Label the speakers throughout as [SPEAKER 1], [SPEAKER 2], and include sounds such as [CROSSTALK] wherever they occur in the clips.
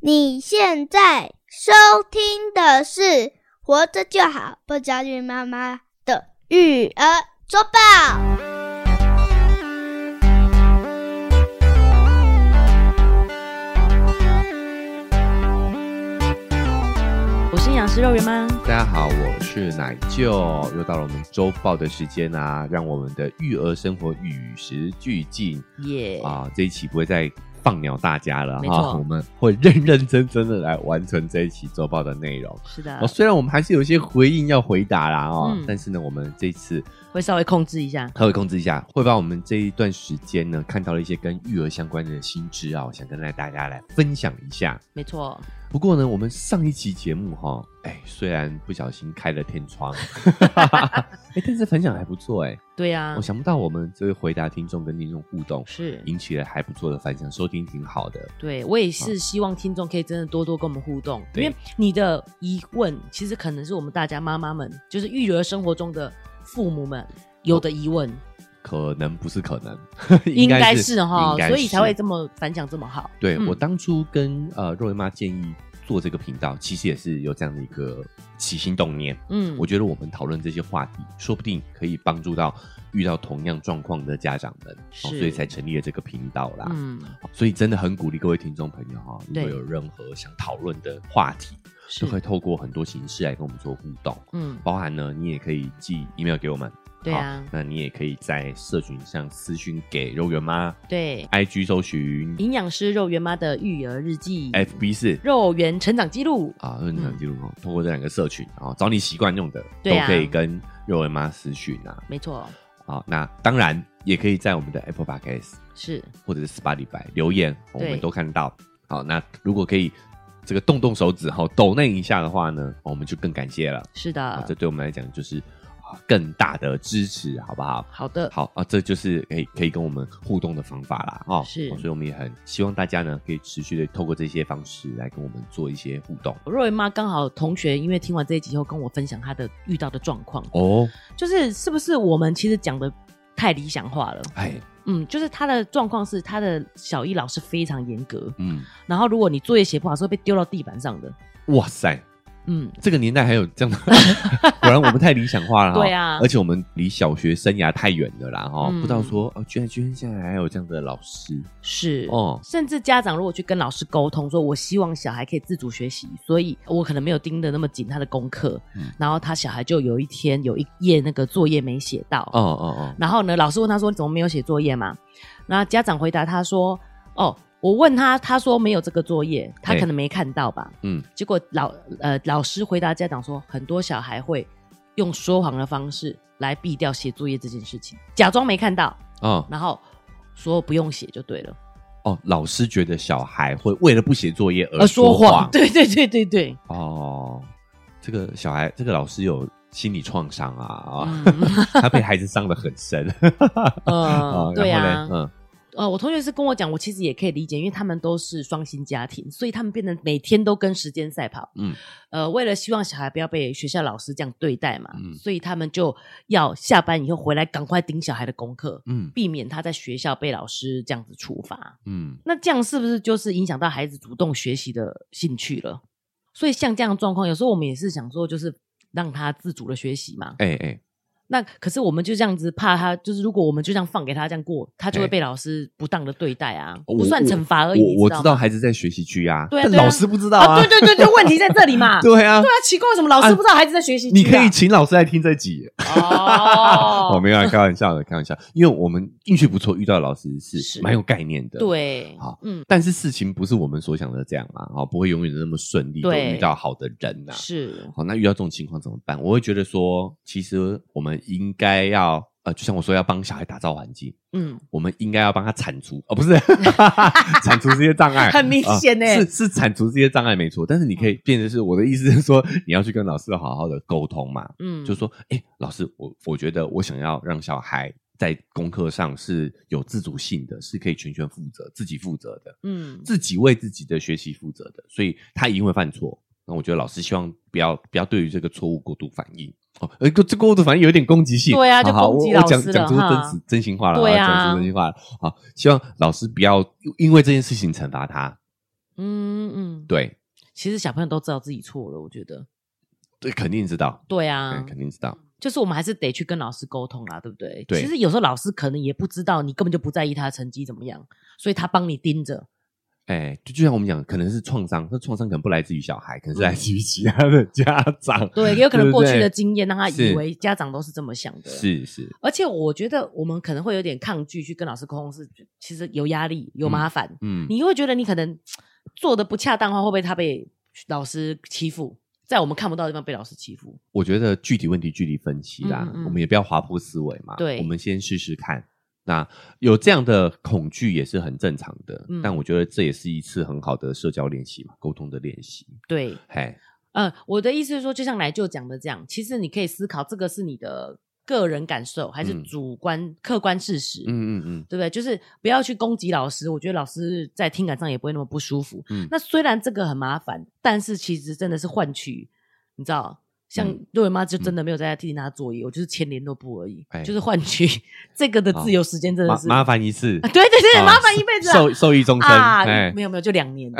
[SPEAKER 1] 你现在收听的是《活着就好，不焦虑妈妈的育儿周报》。
[SPEAKER 2] 我是营养师肉圆妈，
[SPEAKER 3] 大家好，我是奶舅，又到了我们周报的时间啊，让我们的育儿生活与时俱进
[SPEAKER 2] 耶、
[SPEAKER 3] 啊！这一期不会再放鸟大家了
[SPEAKER 2] 没错
[SPEAKER 3] 哈，我们会认认真真的来完成这一期周报的内容。
[SPEAKER 2] 是的
[SPEAKER 3] 哦，，虽然我们还是有一些回应要回答啦哦，
[SPEAKER 2] 呃嗯
[SPEAKER 3] 但是呢，我们这一次
[SPEAKER 2] 会稍微控制一下。
[SPEAKER 3] 稍微控制一下，会把我们这一段时间呢看到了一些跟育儿相关的新知啊，我想跟大家来分享一下。
[SPEAKER 2] 没错，
[SPEAKER 3] 不过呢，我们上一期节目哈，哎，虽然不小心开了天
[SPEAKER 2] [LAUGHS]
[SPEAKER 3] 窗，哎，但是反响还不错哎。
[SPEAKER 2] 对啊
[SPEAKER 3] 我，想不到我们这位回答听众跟听众互动，
[SPEAKER 2] 是，
[SPEAKER 3] 引起了还不错的反响，收听挺好的。
[SPEAKER 2] 对我也是希望听众可以真的多多跟我们互动，因
[SPEAKER 3] 啊对
[SPEAKER 2] 为你的疑问其实可能是我们大家妈妈们，就是育儿生活中的父母们有的疑问，
[SPEAKER 3] 可能不是可能， [LAUGHS]
[SPEAKER 2] 应该
[SPEAKER 3] 是
[SPEAKER 2] 是哈
[SPEAKER 3] 应，该
[SPEAKER 2] 所以才会
[SPEAKER 3] 是
[SPEAKER 2] 这么反响这么好。
[SPEAKER 3] 对、
[SPEAKER 2] 嗯
[SPEAKER 3] 我当初跟呃若薇妈建议做这个频道，其实也是有这样的一个起心动念。
[SPEAKER 2] 嗯，
[SPEAKER 3] 我觉得我们讨论这些话题，说不定可以帮助到遇到同样状况的家长们，哦
[SPEAKER 2] 是
[SPEAKER 3] 所以才成立了这个频道啦。
[SPEAKER 2] 嗯，
[SPEAKER 3] 所以真的很鼓励各位听众朋友哈、如
[SPEAKER 2] 对
[SPEAKER 3] 果有任何想讨论的话题，
[SPEAKER 2] 是
[SPEAKER 3] 就，可以透过很多形式来跟我们做互动，
[SPEAKER 2] 嗯，
[SPEAKER 3] 包含呢，你也可以寄 email 给我们，
[SPEAKER 2] 对啊
[SPEAKER 3] 好，那你也可以在社群上私讯给肉圆妈
[SPEAKER 2] 对，
[SPEAKER 3] ，IG 搜寻
[SPEAKER 2] 营养师肉圆妈的育儿日记，
[SPEAKER 3] FB 是
[SPEAKER 2] 肉圆成长记录，
[SPEAKER 3] 啊，认真记录哦，通过这两个社群啊，找你习惯用的都
[SPEAKER 2] 嗯对啊
[SPEAKER 3] 可以跟肉圆妈私讯啊，
[SPEAKER 2] 没错，
[SPEAKER 3] 啊，那当然也可以在我们的 Apple Podcast
[SPEAKER 2] 是
[SPEAKER 3] 或者是 Spotify 留言，哦我
[SPEAKER 2] 对
[SPEAKER 3] 们都看到。好，那如果可以这个动动手指哈，抖那一下的话呢，哦我们就更感谢了。
[SPEAKER 2] 是
[SPEAKER 3] 啊
[SPEAKER 2] 的，，
[SPEAKER 3] 这对我们来讲就是啊更大的支持，好不好？
[SPEAKER 2] 好的，
[SPEAKER 3] 好啊，这就是可以可以跟我们互动的方法啦，哦，
[SPEAKER 2] 是
[SPEAKER 3] 哦所以我们也很希望大家呢可以持续的透过这些方式来跟我们做一些互动
[SPEAKER 2] 若云妈刚好同学因为听完这一集后跟我分享她的遇到的状况，
[SPEAKER 3] 哦。
[SPEAKER 2] 就是是不是我们其实讲的太理想化了？
[SPEAKER 3] 哎，
[SPEAKER 2] 嗯，就是她的状况是她的小一老师非常严格，
[SPEAKER 3] 嗯，
[SPEAKER 2] 然后如果你作业写不好是会被丢到地板上的。
[SPEAKER 3] 哇塞，
[SPEAKER 2] 嗯，
[SPEAKER 3] 这个年代还有这样的， [LAUGHS] 果然我们太理想化了哈。
[SPEAKER 2] 对啊
[SPEAKER 3] 而且我们离小学生涯太远了啦哈，
[SPEAKER 2] 嗯
[SPEAKER 3] 不知道说哦，居然居然现在还有这样的老师
[SPEAKER 2] 是
[SPEAKER 3] 哦，
[SPEAKER 2] 甚至家长如果去跟老师沟通说，我希望小孩可以自主学习，所以我可能没有盯得那么紧他的功课，
[SPEAKER 3] 嗯
[SPEAKER 2] 然后他小孩就有一天有一页那个作业没写到，
[SPEAKER 3] 哦哦
[SPEAKER 2] 然后呢，老师问他说：“你怎么没有写作业嘛？”那家长回答他说：“哦，我问他，他说没有这个作业，他
[SPEAKER 3] 对
[SPEAKER 2] 可能没看到吧。”
[SPEAKER 3] 嗯，
[SPEAKER 2] 结果老呃老师回答家长说：“很多小孩会用说谎的方式来避掉写作业这件事情，假装没看到，
[SPEAKER 3] 哦哦
[SPEAKER 2] 然后说不用写就对了，
[SPEAKER 3] 哦，老师觉得小孩会为了不写作业而
[SPEAKER 2] 呃说
[SPEAKER 3] 谎，
[SPEAKER 2] [LAUGHS] 对对对对对，
[SPEAKER 3] 哦，这个小孩，这个老师有心理创伤啊啊，
[SPEAKER 2] 嗯
[SPEAKER 3] 他被孩子伤得很深。 [LAUGHS]
[SPEAKER 2] 呃
[SPEAKER 3] 啊，
[SPEAKER 2] 对
[SPEAKER 3] 然
[SPEAKER 2] 啊
[SPEAKER 3] 后嘞，，嗯，
[SPEAKER 2] 呃，我同学是跟我讲，我其实也可以理解，因为他们都是双薪家庭，所以他们变得每天都跟时间赛跑。
[SPEAKER 3] 嗯，
[SPEAKER 2] 呃，为了希望小孩不要被学校老师这样对待嘛，
[SPEAKER 3] 嗯
[SPEAKER 2] 所以他们就要下班以后回来赶快盯小孩的功课，
[SPEAKER 3] 嗯
[SPEAKER 2] 避免他在学校被老师这样子处罚。
[SPEAKER 3] 嗯，
[SPEAKER 2] 那这样是不是就是影响到孩子主动学习的兴趣了？所以像这样的状况，有时候我们也是想说，就是让他自主的学习嘛。
[SPEAKER 3] 哎哎，
[SPEAKER 2] 那可是我们就这样子怕他，就是如果我们就这样放给他这样过，他就会
[SPEAKER 3] 哎
[SPEAKER 2] 被老师不当的对待啊，
[SPEAKER 3] 哦我
[SPEAKER 2] 不算惩罚而已。
[SPEAKER 3] 我
[SPEAKER 2] 你
[SPEAKER 3] 我知
[SPEAKER 2] 道
[SPEAKER 3] 道
[SPEAKER 2] 吗
[SPEAKER 3] 孩子在学习区啊，
[SPEAKER 2] 对啊
[SPEAKER 3] 但
[SPEAKER 2] 对啊
[SPEAKER 3] 老师不知道
[SPEAKER 2] 啊，对对对对，问题在这里嘛。对
[SPEAKER 3] [LAUGHS] 对啊
[SPEAKER 2] 啊，，奇怪，为什么老师
[SPEAKER 3] 啊
[SPEAKER 2] 不知道孩子在学习区啊？
[SPEAKER 3] 你可以请老师来听这
[SPEAKER 2] [LAUGHS]
[SPEAKER 3] 集。 [LAUGHS] 我
[SPEAKER 2] 哦，
[SPEAKER 3] 没有啊开玩笑的，开玩笑，因为我们运气不错，遇到的老师
[SPEAKER 2] 是
[SPEAKER 3] 是蛮有概念的。。
[SPEAKER 2] 对，
[SPEAKER 3] 好
[SPEAKER 2] 嗯，
[SPEAKER 3] 但是事情不是我们所想的这样嘛，哦，不会永远那么顺利，都
[SPEAKER 2] 对
[SPEAKER 3] 遇到好的人呐、
[SPEAKER 2] 是，
[SPEAKER 3] 好，那遇到这种情况怎么办？我会觉得说，其实我们应该要，呃，就像我说，要帮小孩打造环境，
[SPEAKER 2] 嗯，
[SPEAKER 3] 我们应该要帮他铲除，哦，不是 [LAUGHS] 铲除这些障
[SPEAKER 2] [LAUGHS]
[SPEAKER 3] 碍，
[SPEAKER 2] 很明显欸嗯
[SPEAKER 3] 啊是是铲除这些障碍没错，但是你可以变成是我的意思是说，你要去跟老师好好的沟通嘛，
[SPEAKER 2] 嗯，
[SPEAKER 3] 就说，哎、老师，我我觉得我想要让小孩。在功课上是有自主性的，是可以全权负责、自己负责的。
[SPEAKER 2] 嗯，
[SPEAKER 3] 自己为自己的学习负责的，所以他一定会犯错。那我觉得老师希望不要不要对于这个错误过度反应哦，呃，这这过度反应有一点攻击性，
[SPEAKER 2] 对啊
[SPEAKER 3] 好
[SPEAKER 2] 就
[SPEAKER 3] 好
[SPEAKER 2] 攻击
[SPEAKER 3] 我
[SPEAKER 2] 老
[SPEAKER 3] 我讲
[SPEAKER 2] 师了
[SPEAKER 3] 讲出
[SPEAKER 2] 哈
[SPEAKER 3] 真实真心话了，
[SPEAKER 2] 对啊
[SPEAKER 3] 讲出真心话了。好，希望老师不要因为这件事情惩罚他，
[SPEAKER 2] 嗯嗯，
[SPEAKER 3] 对，
[SPEAKER 2] 其实小朋友都知道自己错了，我觉得。
[SPEAKER 3] 对，肯定知道，
[SPEAKER 2] 对
[SPEAKER 3] 对
[SPEAKER 2] 啊，
[SPEAKER 3] 肯定知道。
[SPEAKER 2] 就是我们还是得去跟老师沟通啦，对不对？
[SPEAKER 3] 对
[SPEAKER 2] 其实有时候老师可能也不知道，你根本就不在意他的成绩怎么样，所以他帮你盯着。
[SPEAKER 3] 哎，就就像我们讲，可能是创伤，那创伤可能不来自于小孩，可能是来自于其他的家长。 [LAUGHS]
[SPEAKER 2] 对，也有可能
[SPEAKER 3] 对不
[SPEAKER 2] 过去
[SPEAKER 3] 对
[SPEAKER 2] 的经验让他以
[SPEAKER 3] 是
[SPEAKER 2] 为家长都是这么想的。。
[SPEAKER 3] 是是，
[SPEAKER 2] 而且我觉得我们可能会有点抗拒去跟老师沟通，是其实有压力、有麻烦，
[SPEAKER 3] 嗯，
[SPEAKER 2] 你会觉得你可能做的不恰当的话，会不会他被老师欺负？在我们看不到的地方被老师欺负，
[SPEAKER 3] 我觉得具体问题具体分析啦，
[SPEAKER 2] 嗯嗯嗯
[SPEAKER 3] 我们也不要滑坡思维嘛。
[SPEAKER 2] 对
[SPEAKER 3] 我们先试试看。那有这样的恐惧也是很正常的，
[SPEAKER 2] 嗯
[SPEAKER 3] 但我觉得这也是一次很好的社交练习嘛，沟通的练习。
[SPEAKER 2] 对，
[SPEAKER 3] 嘿，
[SPEAKER 2] 呃，我的意思是说，就像来就讲的这样，其实你可以思考，这个是你的个人感受，还是
[SPEAKER 3] 嗯
[SPEAKER 2] 主观、客观事实，
[SPEAKER 3] 嗯嗯嗯
[SPEAKER 2] 对不对？就是不要去攻击老师，我觉得老师在听感上也不会那么不舒服。
[SPEAKER 3] 嗯
[SPEAKER 2] 那虽然这个很麻烦，但是其实真的是换取，你知道，像
[SPEAKER 3] 嗯
[SPEAKER 2] 瑞文妈就真的没有在替你拿作业，我就是签联络部而已，
[SPEAKER 3] 哎哦
[SPEAKER 2] 就是换取这个的自由时间，真的
[SPEAKER 3] 麻
[SPEAKER 2] 是
[SPEAKER 3] 麻烦一次
[SPEAKER 2] 啊，，对对对，
[SPEAKER 3] 啊
[SPEAKER 2] 麻烦一辈子啊
[SPEAKER 3] 受受益终身。
[SPEAKER 2] 啊
[SPEAKER 3] 哎，
[SPEAKER 2] 没有没有，就两
[SPEAKER 3] [LAUGHS]
[SPEAKER 2] 年，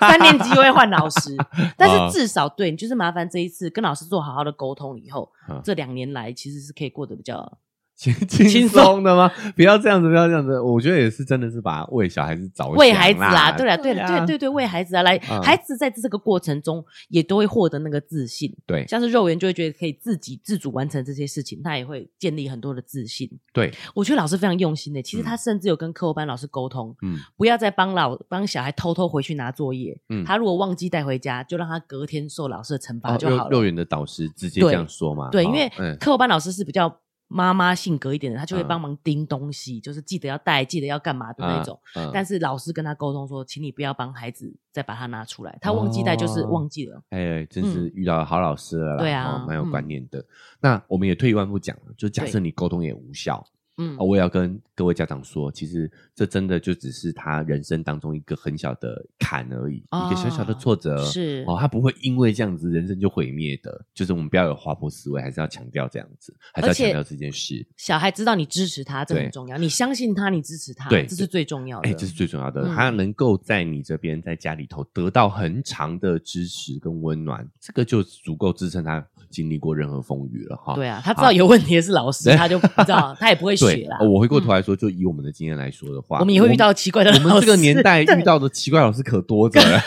[SPEAKER 2] 三年级又会换老师，但
[SPEAKER 3] 啊
[SPEAKER 2] 是至少对你就是麻烦这一次跟老师做好好的沟通以后，
[SPEAKER 3] 啊
[SPEAKER 2] 这两年来其实是可以过得比较
[SPEAKER 3] 轻轻松的吗？不要这样子，不要这样子。我觉得也是，真的是把为小孩子着想
[SPEAKER 2] 为孩子啊，
[SPEAKER 3] 啦，
[SPEAKER 2] 对啦对啦对
[SPEAKER 3] 啊
[SPEAKER 2] 对对，为孩子啊，来
[SPEAKER 3] 嗯
[SPEAKER 2] 孩子在这个过程中也都会获得那个自信，
[SPEAKER 3] 对
[SPEAKER 2] 像是肉圆就会觉得可以自己自主完成这些事情，他也会建立很多的自信。
[SPEAKER 3] 对，
[SPEAKER 2] 我觉得老师非常用心的，其实
[SPEAKER 3] 嗯
[SPEAKER 2] 他甚至有跟课后班老师沟通，
[SPEAKER 3] 嗯
[SPEAKER 2] 不要再帮老帮小孩偷偷回去拿作业，
[SPEAKER 3] 嗯。
[SPEAKER 2] 他如果忘记带回家，就让他隔天受老师的惩罚
[SPEAKER 3] 哦，
[SPEAKER 2] 就好
[SPEAKER 3] 幼
[SPEAKER 2] 了。
[SPEAKER 3] 幼园的导师直接这样说嘛？
[SPEAKER 2] 对，
[SPEAKER 3] 哦
[SPEAKER 2] 因为
[SPEAKER 3] 嗯
[SPEAKER 2] 课后班老师是比较妈妈性格一点的，他就会
[SPEAKER 3] 嗯
[SPEAKER 2] 帮忙盯东西，就是记得要带，记得要干嘛的那种。，
[SPEAKER 3] 嗯嗯
[SPEAKER 2] 但是老师跟他沟通说，请你不要帮孩子再把它拿出来，他忘记带就是
[SPEAKER 3] 哦
[SPEAKER 2] 忘记了。
[SPEAKER 3] 哎，真是遇到好老师了
[SPEAKER 2] 嗯
[SPEAKER 3] 啦，
[SPEAKER 2] 对啊
[SPEAKER 3] 哦蛮有观念的。那我们也退一万步讲了，就假设你沟通也无效，
[SPEAKER 2] 嗯
[SPEAKER 3] 啊，我也要跟各位家长说，其实这真的就只是他人生当中一个很小的坎而已，
[SPEAKER 2] 啊
[SPEAKER 3] 一个小小的挫折，
[SPEAKER 2] 是
[SPEAKER 3] 哦，他不会因为这样子人生就毁灭的。就是我们不要有滑坡思维，还是要强调这样子，还
[SPEAKER 2] 而
[SPEAKER 3] 是要
[SPEAKER 2] 且
[SPEAKER 3] 强调这件事。
[SPEAKER 2] 小孩知道你支持他，这
[SPEAKER 3] 对
[SPEAKER 2] 很重要。你相信他，你支持他，
[SPEAKER 3] 对
[SPEAKER 2] 这是最重要的。
[SPEAKER 3] 哎，这是最重要的，
[SPEAKER 2] 嗯
[SPEAKER 3] 他能够在你这边，在家里头得到很长的支持跟温暖，这个就足够支撑他经历过任何风雨了哈。
[SPEAKER 2] 对啊，他知道有问题的是老师，
[SPEAKER 3] 对
[SPEAKER 2] 他就不知道，他也不会
[SPEAKER 3] 对
[SPEAKER 2] 学啦。嗯
[SPEAKER 3] 呃我回过头来说，就以我们的经验来说的话，
[SPEAKER 2] 我们也会遇到奇怪的老
[SPEAKER 3] 我
[SPEAKER 2] 师。
[SPEAKER 3] 们这个年代
[SPEAKER 2] 对
[SPEAKER 3] 遇到的奇怪老师可多着了，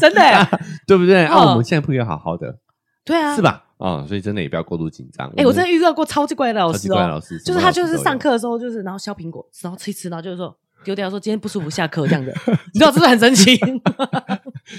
[SPEAKER 2] 真的耶，
[SPEAKER 3] [LAUGHS] 对不对？啊，
[SPEAKER 2] 啊嗯
[SPEAKER 3] 我们现在朋友好好的，
[SPEAKER 2] 对啊，
[SPEAKER 3] 是？吧？啊，所以真的也不要过度紧张。
[SPEAKER 2] 哎，我
[SPEAKER 3] 们
[SPEAKER 2] 真的遇到过超级怪的老
[SPEAKER 3] 超级
[SPEAKER 2] 师
[SPEAKER 3] 怪
[SPEAKER 2] 哦
[SPEAKER 3] 老。师，
[SPEAKER 2] 就是
[SPEAKER 3] 什么
[SPEAKER 2] 他
[SPEAKER 3] 老师
[SPEAKER 2] 就
[SPEAKER 3] 都
[SPEAKER 2] 是
[SPEAKER 3] 有
[SPEAKER 2] 上，课的时候，就是然后削苹果，然后吃一吃，然后就是说丢掉，说今天不舒服，下课这
[SPEAKER 3] [LAUGHS]
[SPEAKER 2] 样的，你知道，是不是很神奇？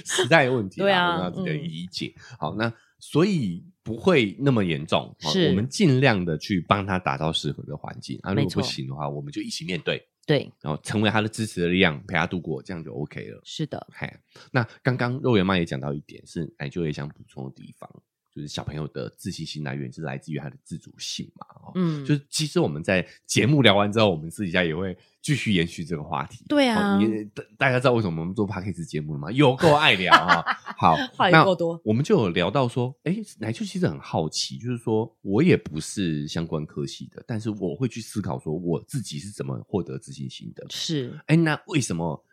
[SPEAKER 3] 时代有问题啦，
[SPEAKER 2] 对啊
[SPEAKER 3] 我们要自己的
[SPEAKER 2] 嗯
[SPEAKER 3] 理解。好，那所以。不会那么严重，好
[SPEAKER 2] 是
[SPEAKER 3] 我们尽量的去帮他打造适合的环境。啊，如
[SPEAKER 2] 没
[SPEAKER 3] 果
[SPEAKER 2] 错
[SPEAKER 3] 不行的话，我们就一起面对，
[SPEAKER 2] [LAUGHS] 对，
[SPEAKER 3] 然后成为他的支持的力量，陪他度过，这样就 OK 了。
[SPEAKER 2] 是的，
[SPEAKER 3] 嗨，那刚刚肉圆妈也讲到一点，是奶舅也想补充的地方，就是小朋友的自信心来源是来自于他的自主性嘛。哦，
[SPEAKER 2] 嗯，
[SPEAKER 3] 就是其实我们在节目聊完之后，我们私底下也会继续延续这个话题。
[SPEAKER 2] 对啊
[SPEAKER 3] 哦你大大家知道为什么我们做 podcast 节目了吗？有够爱聊
[SPEAKER 2] [LAUGHS]
[SPEAKER 3] 哈、好，
[SPEAKER 2] 话也
[SPEAKER 3] 那
[SPEAKER 2] 够多
[SPEAKER 3] 我们就有聊到说，哎，奶舅其实很好奇，就是说我也不是相关科系的，但是我会去思考说我自己是怎么获得自信心的。
[SPEAKER 2] 是，
[SPEAKER 3] 哎，那为什么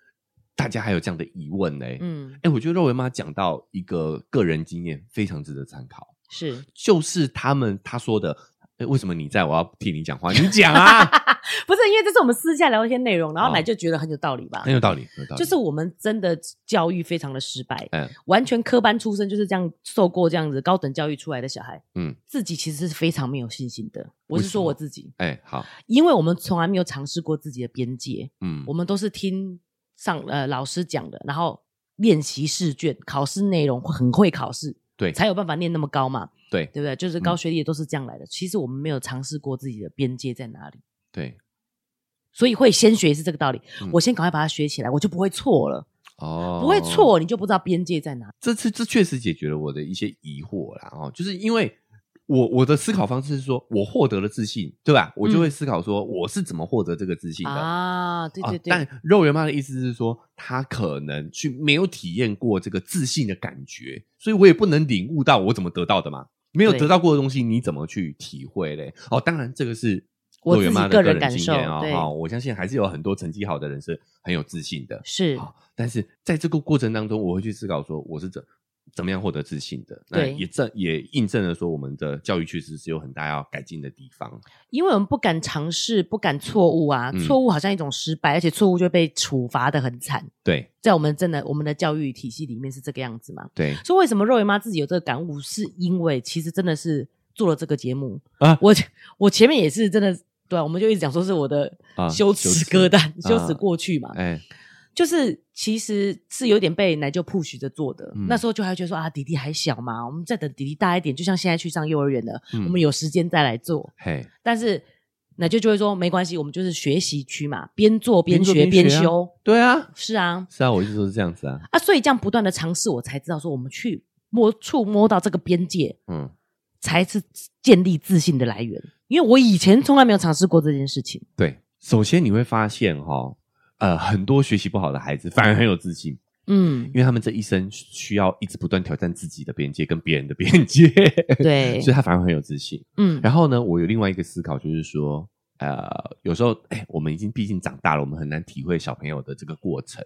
[SPEAKER 3] 大家还有这样的疑问呢？
[SPEAKER 2] 嗯，
[SPEAKER 3] 哎，我觉得肉圆妈讲到一个个人经验非常值得参考，
[SPEAKER 2] 是，
[SPEAKER 3] 就是他们他说的，哎，为什么你在我要替你讲话？你讲啊， [LAUGHS]
[SPEAKER 2] 不是因为这是我们私下聊天内容，然后
[SPEAKER 3] 好
[SPEAKER 2] 奶就觉得很有道理吧
[SPEAKER 3] 哦很？有道理，很有道理。
[SPEAKER 2] 就是我们真的教育非常的失败，
[SPEAKER 3] 嗯
[SPEAKER 2] 完全科班出身就是这样受过这样子高等教育出来的小孩，
[SPEAKER 3] 嗯，
[SPEAKER 2] 自己其实是非常没有信心的。我
[SPEAKER 3] 为
[SPEAKER 2] 是
[SPEAKER 3] 什
[SPEAKER 2] 说
[SPEAKER 3] 么
[SPEAKER 2] 我自己，
[SPEAKER 3] 哎，好，
[SPEAKER 2] 因为我们从来没有尝试过自己的边界，
[SPEAKER 3] 嗯
[SPEAKER 2] 我，们都是听上呃老师讲的，然后练习试卷，考试内容很会考试，
[SPEAKER 3] 对
[SPEAKER 2] 才有办法念那么高嘛，
[SPEAKER 3] 对
[SPEAKER 2] 对不对？就是高学历的都是这样来的。其实我们没有尝试过自己的边界在哪里，
[SPEAKER 3] 对，
[SPEAKER 2] 所以会先学是这个道理。
[SPEAKER 3] 嗯
[SPEAKER 2] 我先赶快把它学起来，我就不会错了，
[SPEAKER 3] 哦，
[SPEAKER 2] 不会。错你就不知道边界在哪。
[SPEAKER 3] 这次这确实解决了我的一些疑惑啦，哦，就是因为我我的思考方式是说，我获得了自信，对吧？我就会思考说，我是怎么获得这个自信的
[SPEAKER 2] 嗯啊，对
[SPEAKER 3] 啊
[SPEAKER 2] 对对，
[SPEAKER 3] 但肉圆妈的意思是说，她可能去没有体验过这个自信的感觉，所以我也不能领悟到我怎么得到的嘛。没有
[SPEAKER 2] 对
[SPEAKER 3] 得到过的东西，你怎么去体会嘞？哦，当然这个是
[SPEAKER 2] 我
[SPEAKER 3] 若
[SPEAKER 2] 自
[SPEAKER 3] 圆
[SPEAKER 2] 己
[SPEAKER 3] 妈
[SPEAKER 2] 个
[SPEAKER 3] 的
[SPEAKER 2] 人
[SPEAKER 3] 人
[SPEAKER 2] 感
[SPEAKER 3] 经
[SPEAKER 2] 受，
[SPEAKER 3] 验啊、
[SPEAKER 2] 对，
[SPEAKER 3] 哈我相信还是有很多成绩好的人是很有自信的。
[SPEAKER 2] 是
[SPEAKER 3] 好，但是在这个过程当中，我会去思考说我是怎怎么样获得自信的。那
[SPEAKER 2] 对
[SPEAKER 3] 也证也印证了说我们的教育确实是有很大要改进的地方。
[SPEAKER 2] 因为我们不敢尝试，不敢错误啊，
[SPEAKER 3] 嗯
[SPEAKER 2] 错误好像一种失败，而且错误就被处罚的很惨，
[SPEAKER 3] 对
[SPEAKER 2] 在我们真的我们的教育体系里面是这个样子嘛？
[SPEAKER 3] 对
[SPEAKER 2] 所以为什么肉圆妈自己有这个感悟，是因为其实真的是做了这个节目
[SPEAKER 3] 啊
[SPEAKER 2] 我我前面也是真的，对啊、我们就一直讲说是我的
[SPEAKER 3] 啊
[SPEAKER 2] 羞
[SPEAKER 3] 羞
[SPEAKER 2] 耻
[SPEAKER 3] 耻
[SPEAKER 2] 歌单，羞
[SPEAKER 3] 啊
[SPEAKER 2] 耻过去嘛，
[SPEAKER 3] 哎、
[SPEAKER 2] 就是其实是有点被奶就 push 着做的。
[SPEAKER 3] 嗯
[SPEAKER 2] 那时候就还觉得说啊，弟弟还小嘛，我们再等弟弟大一点，就像现在去上幼儿园了，
[SPEAKER 3] 嗯
[SPEAKER 2] 我们有时间再来做。
[SPEAKER 3] 嘿，
[SPEAKER 2] 但是奶就就会说没关系，我们就是学习区嘛，边做边
[SPEAKER 3] 边做
[SPEAKER 2] 学
[SPEAKER 3] 边学啊
[SPEAKER 2] 修。
[SPEAKER 3] 对啊，
[SPEAKER 2] 是啊，
[SPEAKER 3] 是啊，我一直都是这样子啊，
[SPEAKER 2] 啊，所以这样不断的尝试，我才知道说我们去摸触摸到这个边界，
[SPEAKER 3] 嗯，
[SPEAKER 2] 才是建立自信的来源。因为我以前从来没有尝试过这件事情，
[SPEAKER 3] 对。首先你会发现哈、呃，很多学习不好的孩子反而很有自信，
[SPEAKER 2] 嗯
[SPEAKER 3] 因，为他们这一生需要一直不断挑战自己的边界跟别人的边界，
[SPEAKER 2] 对
[SPEAKER 3] [LAUGHS] 所以他反而很有自信。
[SPEAKER 2] 嗯，
[SPEAKER 3] 然后呢，我有另外一个思考，就是说，呃，有时候，哎，我们已经毕竟长大了，我们很难体会小朋友的这个过程。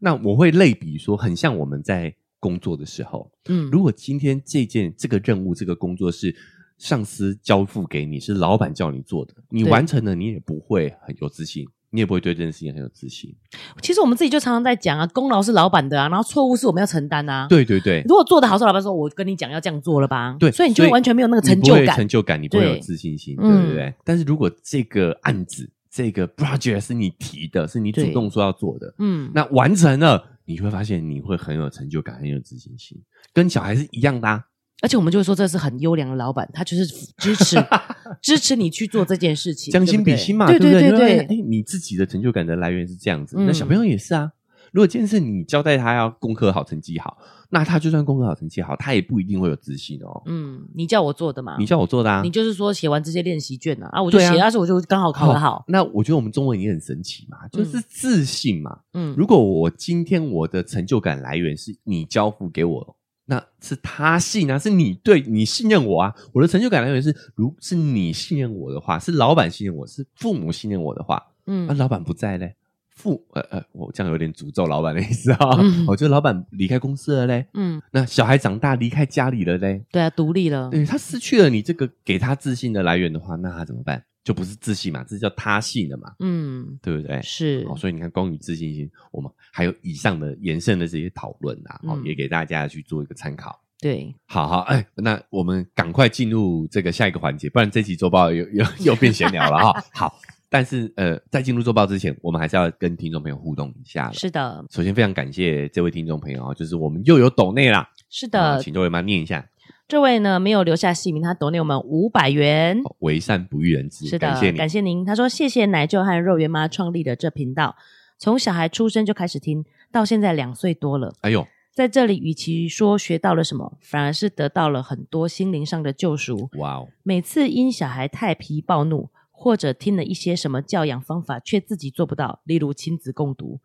[SPEAKER 3] 那我会类比说，很像我们在工作的时候，
[SPEAKER 2] 嗯，
[SPEAKER 3] 如果今天这件这个任务、这个工作是上司交付给你，是老板叫你做的，你
[SPEAKER 2] 对
[SPEAKER 3] 完成了，你也不会很有自信，你也不会对这件事情很有自信。
[SPEAKER 2] 其实我们自己就常常在讲啊，功劳是老板的啊，然后错误是我们要承担啊。，
[SPEAKER 3] 对对对，
[SPEAKER 2] 如果做的好是老板说，我跟你讲要这样做了吧，
[SPEAKER 3] 对，
[SPEAKER 2] 所以你就会完全没有那个成
[SPEAKER 3] 你不
[SPEAKER 2] 就
[SPEAKER 3] 会有
[SPEAKER 2] 感。
[SPEAKER 3] 成就感你不会有
[SPEAKER 2] 对
[SPEAKER 3] 自信心，
[SPEAKER 2] 嗯
[SPEAKER 3] 对不对？但是如果这个案子、这个 project 是你提的，是你主
[SPEAKER 2] 对
[SPEAKER 3] 动说要做的，
[SPEAKER 2] 嗯，
[SPEAKER 3] 那完成了，你会发现你会很有成就感，很有自信心，跟小孩是一样的、啊。
[SPEAKER 2] 而且我们就会说这是很优良的老板，他就是支持 [LAUGHS] 支持你去做这件事情，
[SPEAKER 3] 将心
[SPEAKER 2] 对
[SPEAKER 3] 比
[SPEAKER 2] 不对
[SPEAKER 3] 心嘛，
[SPEAKER 2] 对
[SPEAKER 3] 不
[SPEAKER 2] 对
[SPEAKER 3] 你会发
[SPEAKER 2] 对，
[SPEAKER 3] 现哎，你自己的成就感的来源是这样子，
[SPEAKER 2] 嗯
[SPEAKER 3] 那小朋友也是啊。如果今天是你交代他要功课好、成绩好，那他就算功课好、成绩好，他也不一定会有自信哦。
[SPEAKER 2] 嗯，你叫我做的嘛，
[SPEAKER 3] 你叫我做的啊，
[SPEAKER 2] 你就是说写完这些练习卷啊，啊，我就
[SPEAKER 3] 对
[SPEAKER 2] 写，
[SPEAKER 3] 啊
[SPEAKER 2] 但是我就刚好考得好，
[SPEAKER 3] 哦那我觉得我们中文也很神奇嘛，就是自信嘛。
[SPEAKER 2] 嗯，
[SPEAKER 3] 如果我今天我的成就感来源是你交付给我，那是他信啊，是你对你信任我啊。我的成就感来源是，如是你信任我的话，是老板信任我，是父母信任我的话，那、
[SPEAKER 2] 嗯，
[SPEAKER 3] 啊老板不在嘞，父呃呃，我这样有点诅咒老板的意思啊、
[SPEAKER 2] 嗯
[SPEAKER 3] [LAUGHS] 我觉得老板离开公司了嘞，
[SPEAKER 2] 嗯，
[SPEAKER 3] 那小孩长大离开家里了嘞，
[SPEAKER 2] 对啊，独立了，
[SPEAKER 3] 对他失去了你这个给他自信的来源的话，那他怎么办？就不是自信嘛，这叫他信了嘛，
[SPEAKER 2] 嗯，
[SPEAKER 3] 对不对？
[SPEAKER 2] 是
[SPEAKER 3] 哦，，所以你看，关于自信心，我们还有以上的延伸的这些讨论啊，哦，
[SPEAKER 2] 嗯
[SPEAKER 3] 也给大家去做一个参考。
[SPEAKER 2] 对，
[SPEAKER 3] 好好，哎，那我们赶快进入这个下一个环节，不然这期周报又又又变闲聊了哈、 [LAUGHS] 好，但是呃，在进入周报之前，我们还是要跟听众朋友互动一下了。
[SPEAKER 2] 是的，
[SPEAKER 3] 首先非常感谢这位听众朋友啊，就是我们又有抖内啦，
[SPEAKER 2] 是
[SPEAKER 3] 啊
[SPEAKER 2] 的，
[SPEAKER 3] 请各位妈念一下，
[SPEAKER 2] 这位呢没有留下姓名，他 donate 我们五百元。
[SPEAKER 3] 哦为善不欲人知，
[SPEAKER 2] 是的，
[SPEAKER 3] 感谢你，
[SPEAKER 2] 您。他说：“谢谢奶舅和肉圆妈创立的这频道，从小孩出生就开始听，到现在两岁多了。
[SPEAKER 3] 哎呦，
[SPEAKER 2] 在这里，与其说学到了什么，反而是得到了很多心灵上的救赎。
[SPEAKER 3] 哇哦， [LAUGHS]
[SPEAKER 2] 每次因小孩太皮暴怒，或者听了一些什么教养方法，却自己做不到，例如亲子共读，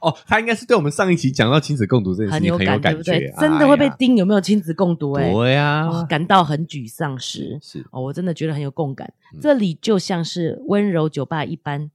[SPEAKER 3] 哦，他应该是对我们上一期讲到亲子共读这件事情
[SPEAKER 2] 有
[SPEAKER 3] 很有
[SPEAKER 2] 对
[SPEAKER 3] 感
[SPEAKER 2] 不
[SPEAKER 3] 觉，
[SPEAKER 2] 对？真的会
[SPEAKER 3] 哎
[SPEAKER 2] 被
[SPEAKER 3] 呀
[SPEAKER 2] 盯有没有亲子共读、欸？
[SPEAKER 3] 对呀、
[SPEAKER 2] 哦感到很沮丧时，
[SPEAKER 3] 是
[SPEAKER 2] 哦，我真的觉得很有共感。
[SPEAKER 3] 嗯
[SPEAKER 2] 这里就像是温柔酒吧一般，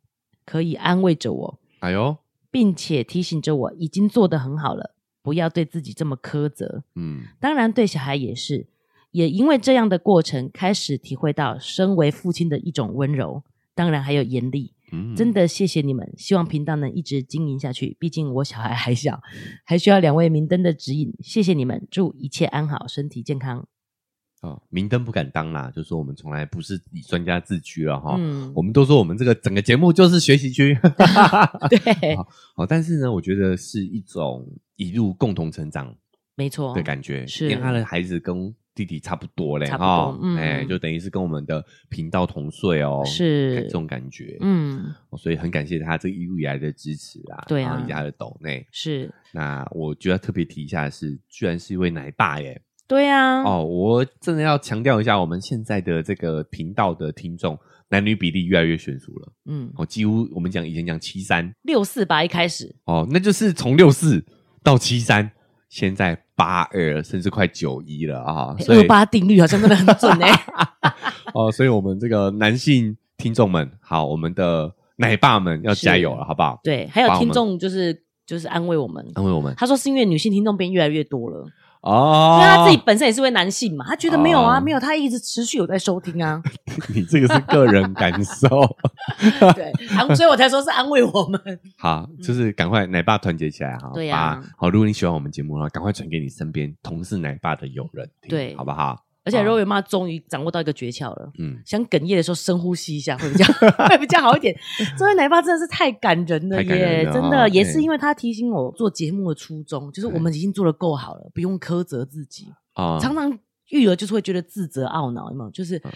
[SPEAKER 2] 可以安慰着我，
[SPEAKER 3] 哎呦，
[SPEAKER 2] 并且提醒着我已经做得很好了，不要对自己这么苛责。
[SPEAKER 3] 嗯，
[SPEAKER 2] 当然，对小孩也是，也因为这样的过程，开始体会到身为父亲的一种温柔，当然还有严厉。
[SPEAKER 3] 嗯
[SPEAKER 2] 真的谢谢你们，希望频道能一直经营下去。毕竟我小孩还小，还需要两位明灯的指引。谢谢你们，祝一切安好，身体健康。
[SPEAKER 3] 哦，明灯不敢当啦，就说我们从来不是以专家自居了哈。
[SPEAKER 2] 嗯
[SPEAKER 3] 我，们都说我们这个整个节目就是学习区，
[SPEAKER 2] [LAUGHS] 对，
[SPEAKER 3] 好，但是呢，我觉得是一种一路共同成长
[SPEAKER 2] 没错，
[SPEAKER 3] 的感觉，
[SPEAKER 2] 哦是
[SPEAKER 3] 因为他的孩子跟弟弟差不多嘞，
[SPEAKER 2] 差不多
[SPEAKER 3] 哈
[SPEAKER 2] 嗯
[SPEAKER 3] 哎，就等于是跟我们的频道同岁哦，
[SPEAKER 2] 是
[SPEAKER 3] 这种感觉，
[SPEAKER 2] 嗯，
[SPEAKER 3] 哦，所以很感谢他这一路以来的支持啊，
[SPEAKER 2] 对啊
[SPEAKER 3] 然后以及他的抖内，
[SPEAKER 2] 是
[SPEAKER 3] 那我就要特别提一下的是，居然是一位奶爸耶，
[SPEAKER 2] 对啊，
[SPEAKER 3] 哦，我真的要强调一下，我们现在的这个频道的听众男女比例越来越悬殊了。
[SPEAKER 2] 嗯，
[SPEAKER 3] 哦，几乎我们讲以前讲七三，
[SPEAKER 2] 六四吧，一开始
[SPEAKER 3] 哦，那就是从六四到七三，现在八二甚至快九一了啊，所
[SPEAKER 2] 二
[SPEAKER 3] 以
[SPEAKER 2] 哎八定律好像真的很准
[SPEAKER 3] [LAUGHS]
[SPEAKER 2] 哎、
[SPEAKER 3] 哦，所以我们这个男性听众们，好，我们的奶爸们要
[SPEAKER 2] 是
[SPEAKER 3] 加油了，好不好？
[SPEAKER 2] 对，还有
[SPEAKER 3] 把我
[SPEAKER 2] 听
[SPEAKER 3] 们
[SPEAKER 2] 众就是就是安慰我们，
[SPEAKER 3] 安慰我们
[SPEAKER 2] 他说是因为女性听众变越来越多了，
[SPEAKER 3] 哦，
[SPEAKER 2] 因为他自己本身也是位男性嘛，他觉得没有啊，
[SPEAKER 3] 哦
[SPEAKER 2] 没有，他一直持续有在收听
[SPEAKER 3] [LAUGHS]
[SPEAKER 2] 啊，
[SPEAKER 3] 你这个是个人感受。
[SPEAKER 2] 对，安所以我才说是安慰我们。
[SPEAKER 3] [LAUGHS] 好，就是赶快奶爸团结起来哈！
[SPEAKER 2] 嗯对呀
[SPEAKER 3] 把好，如果你喜欢我们节目的话，赶快转给你身边同是奶爸的友人听，
[SPEAKER 2] 对
[SPEAKER 3] 好不好？
[SPEAKER 2] 而且
[SPEAKER 3] 好
[SPEAKER 2] 肉圆妈终于掌握到一个诀窍了。
[SPEAKER 3] 嗯，
[SPEAKER 2] 想哽咽的时候深呼吸一下会比较 [LAUGHS] 会比较好
[SPEAKER 3] [LAUGHS]
[SPEAKER 2] 一点。这位奶爸真的是太感人了
[SPEAKER 3] 太感
[SPEAKER 2] 耶，
[SPEAKER 3] 人了
[SPEAKER 2] 真
[SPEAKER 3] 啊
[SPEAKER 2] 的也是
[SPEAKER 3] 对
[SPEAKER 2] 因为他提醒我做节目的初衷，就是我们已经做的够好了，不用苛责自己。
[SPEAKER 3] 啊
[SPEAKER 2] 常常育儿就是会觉得自责、懊恼，有没有？就是
[SPEAKER 3] 嗯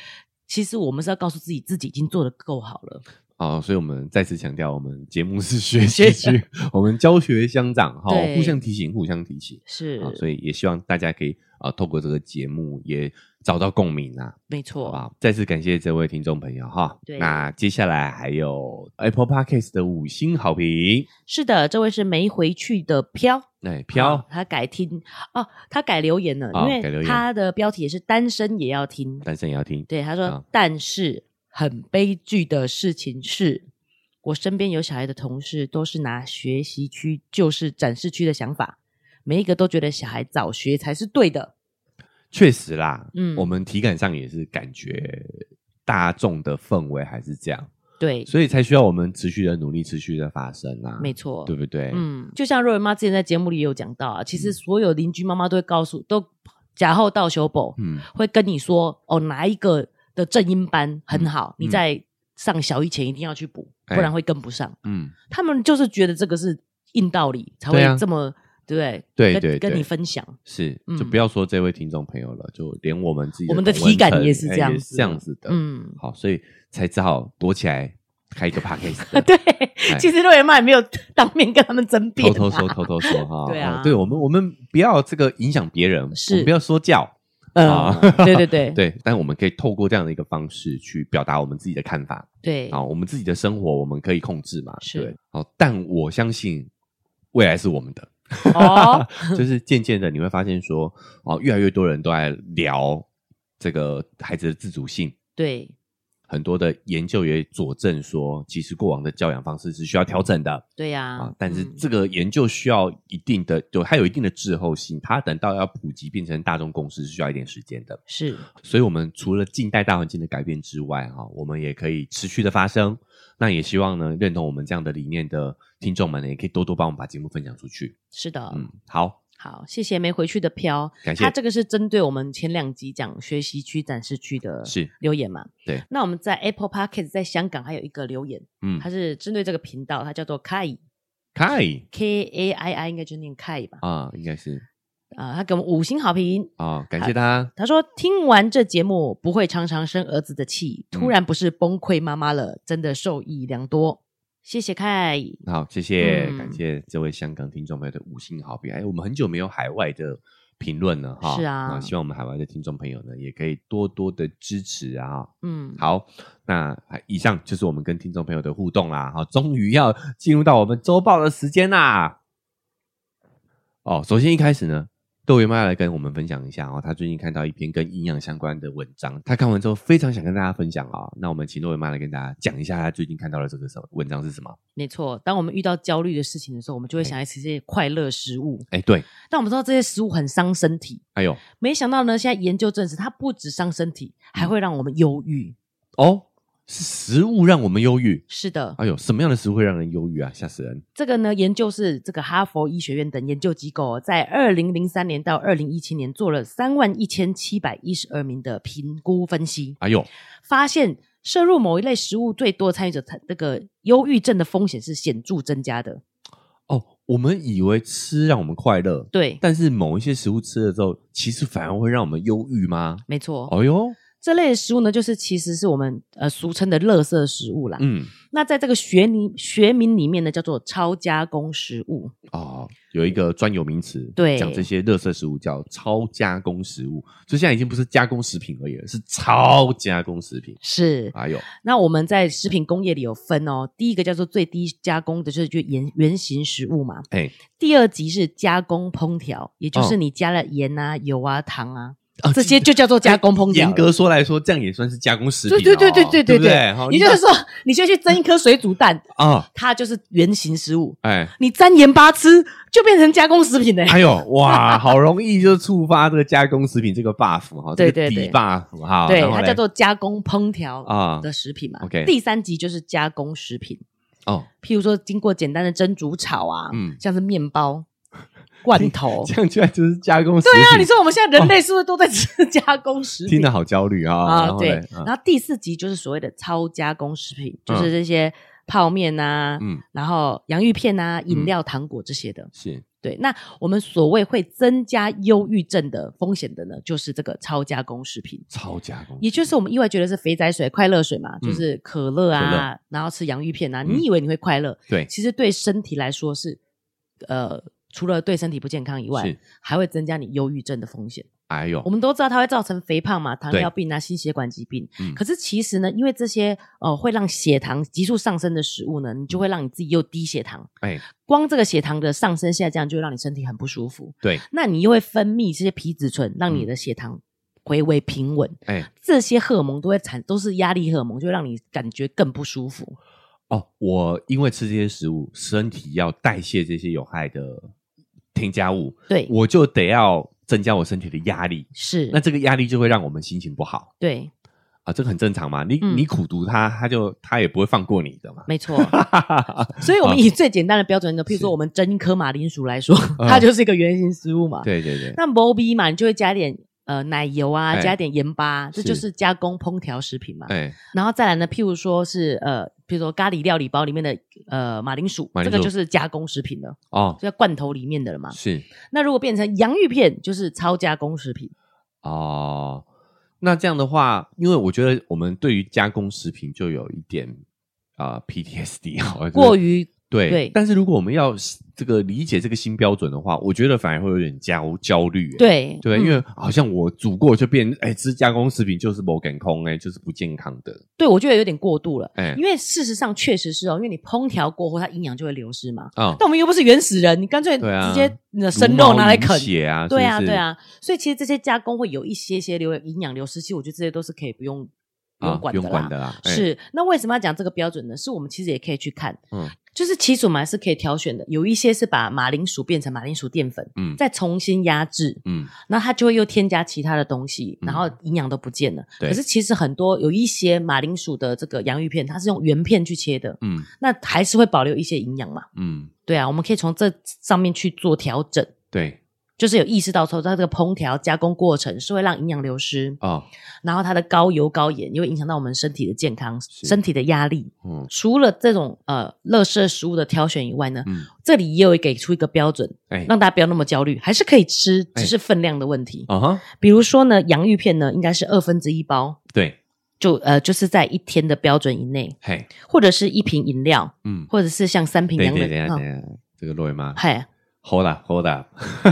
[SPEAKER 2] 其实我们是要告诉自己，自己已经做的够好了。
[SPEAKER 3] 哦，所以我们再次强调，我们节目是学习区，我们教学相长哈，
[SPEAKER 2] 对
[SPEAKER 3] 互相提醒，互相提醒。
[SPEAKER 2] 是
[SPEAKER 3] 啊，，所以也希望大家可以啊、呃透过这个节目也找到共鸣啊，
[SPEAKER 2] 没
[SPEAKER 3] 好不
[SPEAKER 2] 错，
[SPEAKER 3] 好？再次感谢这位听众朋友哈。
[SPEAKER 2] 对
[SPEAKER 3] 那接下来还有 Apple Podcast 的五星好评，
[SPEAKER 2] 是的，这位是没回去的飘。
[SPEAKER 3] 哎，飘、
[SPEAKER 2] 啊他改听哦，他改留言了，
[SPEAKER 3] 啊
[SPEAKER 2] 因
[SPEAKER 3] 改留
[SPEAKER 2] 为
[SPEAKER 3] 言
[SPEAKER 2] 他的标题也是单身也要听。
[SPEAKER 3] 单身也要听，
[SPEAKER 2] 对，他说，
[SPEAKER 3] 啊
[SPEAKER 2] 但是很悲剧的事情是，我身边有小孩的同事都是拿学习区就是展示区的想法，每一个都觉得小孩早学才是对的。
[SPEAKER 3] 确实啦，
[SPEAKER 2] 嗯
[SPEAKER 3] 嗯，我们体感上也是感觉大众的氛围还是这样，
[SPEAKER 2] 对，
[SPEAKER 3] 所以才需要我们持续的努力，持续的发声啊，
[SPEAKER 2] 没错，
[SPEAKER 3] 对不对？
[SPEAKER 2] 嗯，就像若云妈之前在节目里也有讲到啊，其实所有邻居妈妈都会告诉，都假后到修补，
[SPEAKER 3] 嗯
[SPEAKER 2] 会跟你说哦，哪一个的正音班很好，
[SPEAKER 3] 嗯
[SPEAKER 2] 你在上小一前一定要去补，
[SPEAKER 3] 哎
[SPEAKER 2] 不然会跟不上。
[SPEAKER 3] 嗯，
[SPEAKER 2] 他们就是觉得这个是硬道理，才会
[SPEAKER 3] 对啊
[SPEAKER 2] 这么对不
[SPEAKER 3] 对
[SPEAKER 2] 对？
[SPEAKER 3] 对
[SPEAKER 2] 跟
[SPEAKER 3] 对
[SPEAKER 2] 跟你分享，
[SPEAKER 3] 是，
[SPEAKER 2] 嗯
[SPEAKER 3] 就不要说这位听众朋友了，就连我们自己
[SPEAKER 2] 我们的
[SPEAKER 3] 同温
[SPEAKER 2] 体感
[SPEAKER 3] 层
[SPEAKER 2] 也是
[SPEAKER 3] 哎
[SPEAKER 2] 这样
[SPEAKER 3] 是
[SPEAKER 2] 子
[SPEAKER 3] 这样子的，嗯，
[SPEAKER 2] 嗯。 [LAUGHS]
[SPEAKER 3] 好，所以才只好躲起来开一个 podcast，的
[SPEAKER 2] [LAUGHS] 对，其实肉圆妈也没有当面跟他们争辩、
[SPEAKER 3] 偷
[SPEAKER 2] 啊，
[SPEAKER 3] 哎偷说，偷偷
[SPEAKER 2] [LAUGHS]
[SPEAKER 3] 说哈，
[SPEAKER 2] 对啊
[SPEAKER 3] 哦对我们我们不要这个影响别人，
[SPEAKER 2] 是
[SPEAKER 3] 我们不要说教。
[SPEAKER 2] 嗯
[SPEAKER 3] 啊， [LAUGHS]
[SPEAKER 2] 对对对
[SPEAKER 3] 对，但我们可以透过这样的一个方式去表达我们自己的看法，
[SPEAKER 2] 对
[SPEAKER 3] 啊，我们自己的生活我们可以控制嘛，
[SPEAKER 2] 是
[SPEAKER 3] 对，好，但我相信未来是我们的， [LAUGHS]
[SPEAKER 2] 哦，
[SPEAKER 3] 就是渐渐的你会发现说，哦，越来越多人都在聊这个孩子的自主性，
[SPEAKER 2] 对，
[SPEAKER 3] 很多的研究也佐证说，其实过往的教养方式是需要调整的
[SPEAKER 2] 对呀、
[SPEAKER 3] 啊，但是
[SPEAKER 2] 嗯
[SPEAKER 3] 这个研究需要一定的，就它有一定的滞后性，它等到要普及变成大众共识是需要一点时间的，
[SPEAKER 2] 是
[SPEAKER 3] 所以，我们除了近代大环境的改变之外，哈，我们也可以持续的发声。那也希望呢，认同我们这样的理念的听众们呢，也可以多多帮我们把节目分享出去。
[SPEAKER 2] 是的，
[SPEAKER 3] 嗯，好，
[SPEAKER 2] 好，谢谢没回去的飘，
[SPEAKER 3] 感谢
[SPEAKER 2] 他这个是针对我们前两集讲学习区、展示区的
[SPEAKER 3] 是
[SPEAKER 2] 留言嘛？
[SPEAKER 3] 对。
[SPEAKER 2] 那我们在 Apple p o c k e t 在香港还有一个留言，
[SPEAKER 3] 嗯
[SPEAKER 2] 它，是针对这个频道，它叫做 Kai
[SPEAKER 3] Kai
[SPEAKER 2] K A I I，应该就念 Kai 吧？
[SPEAKER 3] 啊，应该是
[SPEAKER 2] 啊、他给我们五星好评。
[SPEAKER 3] 啊，感谢他。
[SPEAKER 2] 他说：“听完这节目，不会常常生儿子的气，突然不是崩溃妈妈了，真的受益良多。谢谢凯，
[SPEAKER 3] 好，谢谢，
[SPEAKER 2] 嗯
[SPEAKER 3] 感谢这位香港听众朋友的五星好评。哎，我们很久没有海外的评论了哈，
[SPEAKER 2] 是啊
[SPEAKER 3] 希望我们海外的听众朋友呢，也可以多多的支持啊。
[SPEAKER 2] 嗯，
[SPEAKER 3] 好，那哎以上就是我们跟听众朋友的互动啦。好，终于要进入到我们周报的时间啦。哦，首先一开始呢，豆圆妈要来跟我们分享一下哦，她最近看到一篇跟营养相关的文章，她看完之后非常想跟大家分享啊、哦。那我们请豆圆妈来跟大家讲一下她最近看到的这个什么文章是什么？
[SPEAKER 2] 没错。当我们遇到焦虑的事情的时候，我们就会想要吃这些快乐食物。
[SPEAKER 3] 哎，对，
[SPEAKER 2] 但我们知道这些食物很伤身体，
[SPEAKER 3] 哎呦，
[SPEAKER 2] 没想到呢，现在研究证实，它不止伤身体，还会让我们忧郁。
[SPEAKER 3] 哦，是食物让我们忧郁。
[SPEAKER 2] 是的，
[SPEAKER 3] 哎呦，什么样的食物会让人忧郁啊？吓死人！
[SPEAKER 2] 这个呢，研究是这个哈佛医学院等研究机构哦在二零零三年到二零一七年做了三万一千七百一十二名的评估分析，
[SPEAKER 3] 哎呦，
[SPEAKER 2] 发现摄入某一类食物最多的参与者，他这个忧郁症的风险是显著增加的。
[SPEAKER 3] 哦，我们以为吃让我们快乐，
[SPEAKER 2] 对，
[SPEAKER 3] 但是某一些食物吃了之后，其实反而会让我们忧郁吗？
[SPEAKER 2] 没错。
[SPEAKER 3] 哦呦，
[SPEAKER 2] 这类的食物呢，就是其实是我们呃俗称的垃圾食物啦。
[SPEAKER 3] 嗯，
[SPEAKER 2] 那在这个学名学名里面呢，叫做超加工食物。
[SPEAKER 3] 哦，有一个专有名词，
[SPEAKER 2] 对
[SPEAKER 3] 讲这些垃圾食物叫超加工食物，所以现在已经不是加工食品而已了，是超加工食品。
[SPEAKER 2] 是，
[SPEAKER 3] 哎呦，
[SPEAKER 2] 那我们在食品工业里有分哦，第一个叫做最低加工的，就是就原原型食物嘛。
[SPEAKER 3] 哎，
[SPEAKER 2] 第二级是加工烹调，也就是
[SPEAKER 3] 哦
[SPEAKER 2] 你加了盐啊、油啊、糖啊，
[SPEAKER 3] 啊
[SPEAKER 2] 这些就叫做加工烹调。
[SPEAKER 3] 严格说来说，这样也算是加工食品
[SPEAKER 2] 对
[SPEAKER 3] 了哦。
[SPEAKER 2] 对对对对
[SPEAKER 3] 对
[SPEAKER 2] 对
[SPEAKER 3] 不对，好
[SPEAKER 2] 你就是说，你先去蒸一颗水煮蛋，
[SPEAKER 3] 啊，
[SPEAKER 2] 它就是原型食物。
[SPEAKER 3] 哎，
[SPEAKER 2] 你沾盐巴吃，就变成加工食品嘞、
[SPEAKER 3] 哎呦，
[SPEAKER 2] [LAUGHS]
[SPEAKER 3] 哇，好容易就触发这个加工食品这个 buff 哈，
[SPEAKER 2] 对
[SPEAKER 3] 这
[SPEAKER 2] 对
[SPEAKER 3] 个
[SPEAKER 2] 对
[SPEAKER 3] 底 buff 哈，
[SPEAKER 2] 对，
[SPEAKER 3] 然后
[SPEAKER 2] 它
[SPEAKER 3] 嘞
[SPEAKER 2] 叫做加工烹调
[SPEAKER 3] 啊
[SPEAKER 2] 的食品嘛。
[SPEAKER 3] OK
[SPEAKER 2] 第三级就是加工食品，
[SPEAKER 3] 哦，
[SPEAKER 2] 譬如说经过简单的蒸、煮、炒啊，
[SPEAKER 3] 嗯
[SPEAKER 2] 像是面
[SPEAKER 3] [LAUGHS]
[SPEAKER 2] 包、罐头。
[SPEAKER 3] 这样居然就是加工食
[SPEAKER 2] 对啊，
[SPEAKER 3] 品
[SPEAKER 2] 你，说我们现在人类是不是都在吃 [LAUGHS] 加工食品？
[SPEAKER 3] 听得好焦虑啊
[SPEAKER 2] 啊，
[SPEAKER 3] 然后
[SPEAKER 2] 对
[SPEAKER 3] 嘞。啊
[SPEAKER 2] 然后第四级就是所谓的超加工食品，就是这些泡面啊，
[SPEAKER 3] 嗯，
[SPEAKER 2] 然后洋芋片啊、饮料、糖果这些的。
[SPEAKER 3] 是
[SPEAKER 2] 对，那我们所谓会增加忧郁症的风险的呢，就是这个超加工食品。
[SPEAKER 3] 超加工，
[SPEAKER 2] 也就是我们意外觉得是肥仔水、快乐水嘛，
[SPEAKER 3] 嗯
[SPEAKER 2] 就是可乐啊，然后吃洋芋片啊，
[SPEAKER 3] 嗯
[SPEAKER 2] 你以为你会快乐，
[SPEAKER 3] 对，
[SPEAKER 2] 其实对身体来说是，呃，除了对身体不健康以外
[SPEAKER 3] 是，
[SPEAKER 2] 还会增加你忧郁症的风险。
[SPEAKER 3] 哎呦
[SPEAKER 2] 我，们都知道它会造成肥胖嘛、糖
[SPEAKER 3] 对
[SPEAKER 2] 尿病啊、心血管疾病。
[SPEAKER 3] 嗯
[SPEAKER 2] 可是其实呢，因为这些呃会让血糖急速上升的食物呢，你就会让你自己又低血糖，
[SPEAKER 3] 哎，
[SPEAKER 2] 光这个血糖的上升下降就会让你身体很不舒服。
[SPEAKER 3] 对，
[SPEAKER 2] 那你又会分泌这些皮质醇，让
[SPEAKER 3] 嗯
[SPEAKER 2] 你的血糖回为平稳。
[SPEAKER 3] 哎，
[SPEAKER 2] 这些荷尔蒙都会产，都是压力荷尔蒙，就会让你感觉更不舒服。
[SPEAKER 3] 哦，我因为吃这些食物，身体要代谢这些有害的添加物，
[SPEAKER 2] 对，
[SPEAKER 3] 我就得要增加我身体的压力，
[SPEAKER 2] 是，
[SPEAKER 3] 那这个压力就会让我们心情不好 [LAUGHS]
[SPEAKER 2] 对，
[SPEAKER 3] 啊，这个很正常嘛。你
[SPEAKER 2] 嗯
[SPEAKER 3] 你苦读他，他就他也不会放过你的
[SPEAKER 2] [LAUGHS]
[SPEAKER 3] 嘛。
[SPEAKER 2] 没错。所以，我们以最简单的标准呢，譬如
[SPEAKER 3] 是
[SPEAKER 2] 说我们蒸一颗马铃薯来说，[LAUGHS]
[SPEAKER 3] 嗯
[SPEAKER 2] 它就是一个圆形食物嘛。
[SPEAKER 3] [LAUGHS] 对对对，
[SPEAKER 2] 那 b 逼嘛，你就会加点呃奶油啊，
[SPEAKER 3] 哎
[SPEAKER 2] 加点盐巴，这
[SPEAKER 3] 是
[SPEAKER 2] 就是加工烹调食品嘛。
[SPEAKER 3] 哎，
[SPEAKER 2] 然后再来呢，譬如说是呃，譬如说咖喱料理包里面的呃马铃薯，
[SPEAKER 3] 马铃
[SPEAKER 2] 这
[SPEAKER 3] 薯
[SPEAKER 2] 个就是加工食品了，
[SPEAKER 3] 哦，
[SPEAKER 2] 就在罐头里面的了嘛。
[SPEAKER 3] 是
[SPEAKER 2] 那如果变成洋芋片，就是超加工食品。
[SPEAKER 3] 哦，那这样的话，因为我觉得我们对于加工食品就有一点啊、PTSD 好像就是
[SPEAKER 2] 过于
[SPEAKER 3] 对，
[SPEAKER 2] 对
[SPEAKER 3] 但是如果我们要这个理解这个新标准的话，我觉得反而会有点焦焦虑、欸。
[SPEAKER 2] 对
[SPEAKER 3] 对，
[SPEAKER 2] 嗯
[SPEAKER 3] 因为好像我煮过就变，哎、吃加工食品就是某感空，哎，就是不健康的，
[SPEAKER 2] 对我觉得有点过度了。
[SPEAKER 3] 哎、
[SPEAKER 2] 因为事实上确实是哦，因为你烹调过后，它营养就会流失嘛。
[SPEAKER 3] 啊、
[SPEAKER 2] 但我们又不是原始人，你干脆
[SPEAKER 3] 对啊
[SPEAKER 2] 直接你的
[SPEAKER 3] 嗯，
[SPEAKER 2] 生肉拿来啃，
[SPEAKER 3] 血啊，
[SPEAKER 2] 对啊
[SPEAKER 3] 是不是
[SPEAKER 2] 对，啊。所以其实这些加工会有一些些流营养流失，其实我觉得这些都是可以不用不
[SPEAKER 3] 啊，
[SPEAKER 2] 用
[SPEAKER 3] 不
[SPEAKER 2] 管的
[SPEAKER 3] 用
[SPEAKER 2] 啦。
[SPEAKER 3] 管的啦，哎，
[SPEAKER 2] 是，那为什么要讲这个标准呢？是我们其实也可以去看，
[SPEAKER 3] 嗯
[SPEAKER 2] 就是其实我们还是可以挑选的。有一些是把马铃薯变成马铃薯淀粉，
[SPEAKER 3] 嗯
[SPEAKER 2] 再重新压制，
[SPEAKER 3] 嗯，
[SPEAKER 2] 那它就会又添加其他的东西，然后营养都不见了。
[SPEAKER 3] 对
[SPEAKER 2] 可是其实很多有一些马铃薯的这个洋芋片，它是用原片去切的，
[SPEAKER 3] 嗯
[SPEAKER 2] 那还是会保留一些营养嘛？
[SPEAKER 3] 嗯，
[SPEAKER 2] 对啊，我们可以从这上面去做调整，
[SPEAKER 3] 对
[SPEAKER 2] 就是有意识到说它这个烹调加工过程是会让营养流失，
[SPEAKER 3] 哦，
[SPEAKER 2] 然后它的高油高盐也会影响到我们身体的健康、身体的压力。
[SPEAKER 3] 嗯
[SPEAKER 2] 除了这种呃乐色食物的挑选以外呢，
[SPEAKER 3] 嗯，
[SPEAKER 2] 这里也有给出一个标准，
[SPEAKER 3] 哎、
[SPEAKER 2] 让大家不要那么焦虑，还是可以吃，
[SPEAKER 3] 哎
[SPEAKER 2] 只是分量的问题。
[SPEAKER 3] 啊哈，
[SPEAKER 2] 比如说呢，洋芋片呢应该是二分之一包，
[SPEAKER 3] 对，
[SPEAKER 2] 就呃就是在一天的标准以内，
[SPEAKER 3] 嘿，
[SPEAKER 2] 或者是一瓶饮料，
[SPEAKER 3] 嗯，
[SPEAKER 2] 或者是像三瓶
[SPEAKER 3] 对
[SPEAKER 2] 洋
[SPEAKER 3] 对
[SPEAKER 2] 芋
[SPEAKER 3] 对
[SPEAKER 2] 片，
[SPEAKER 3] 对
[SPEAKER 2] 嗯
[SPEAKER 3] 对，这个洛伟妈
[SPEAKER 2] 嗨，
[SPEAKER 3] ，hold up，hold up，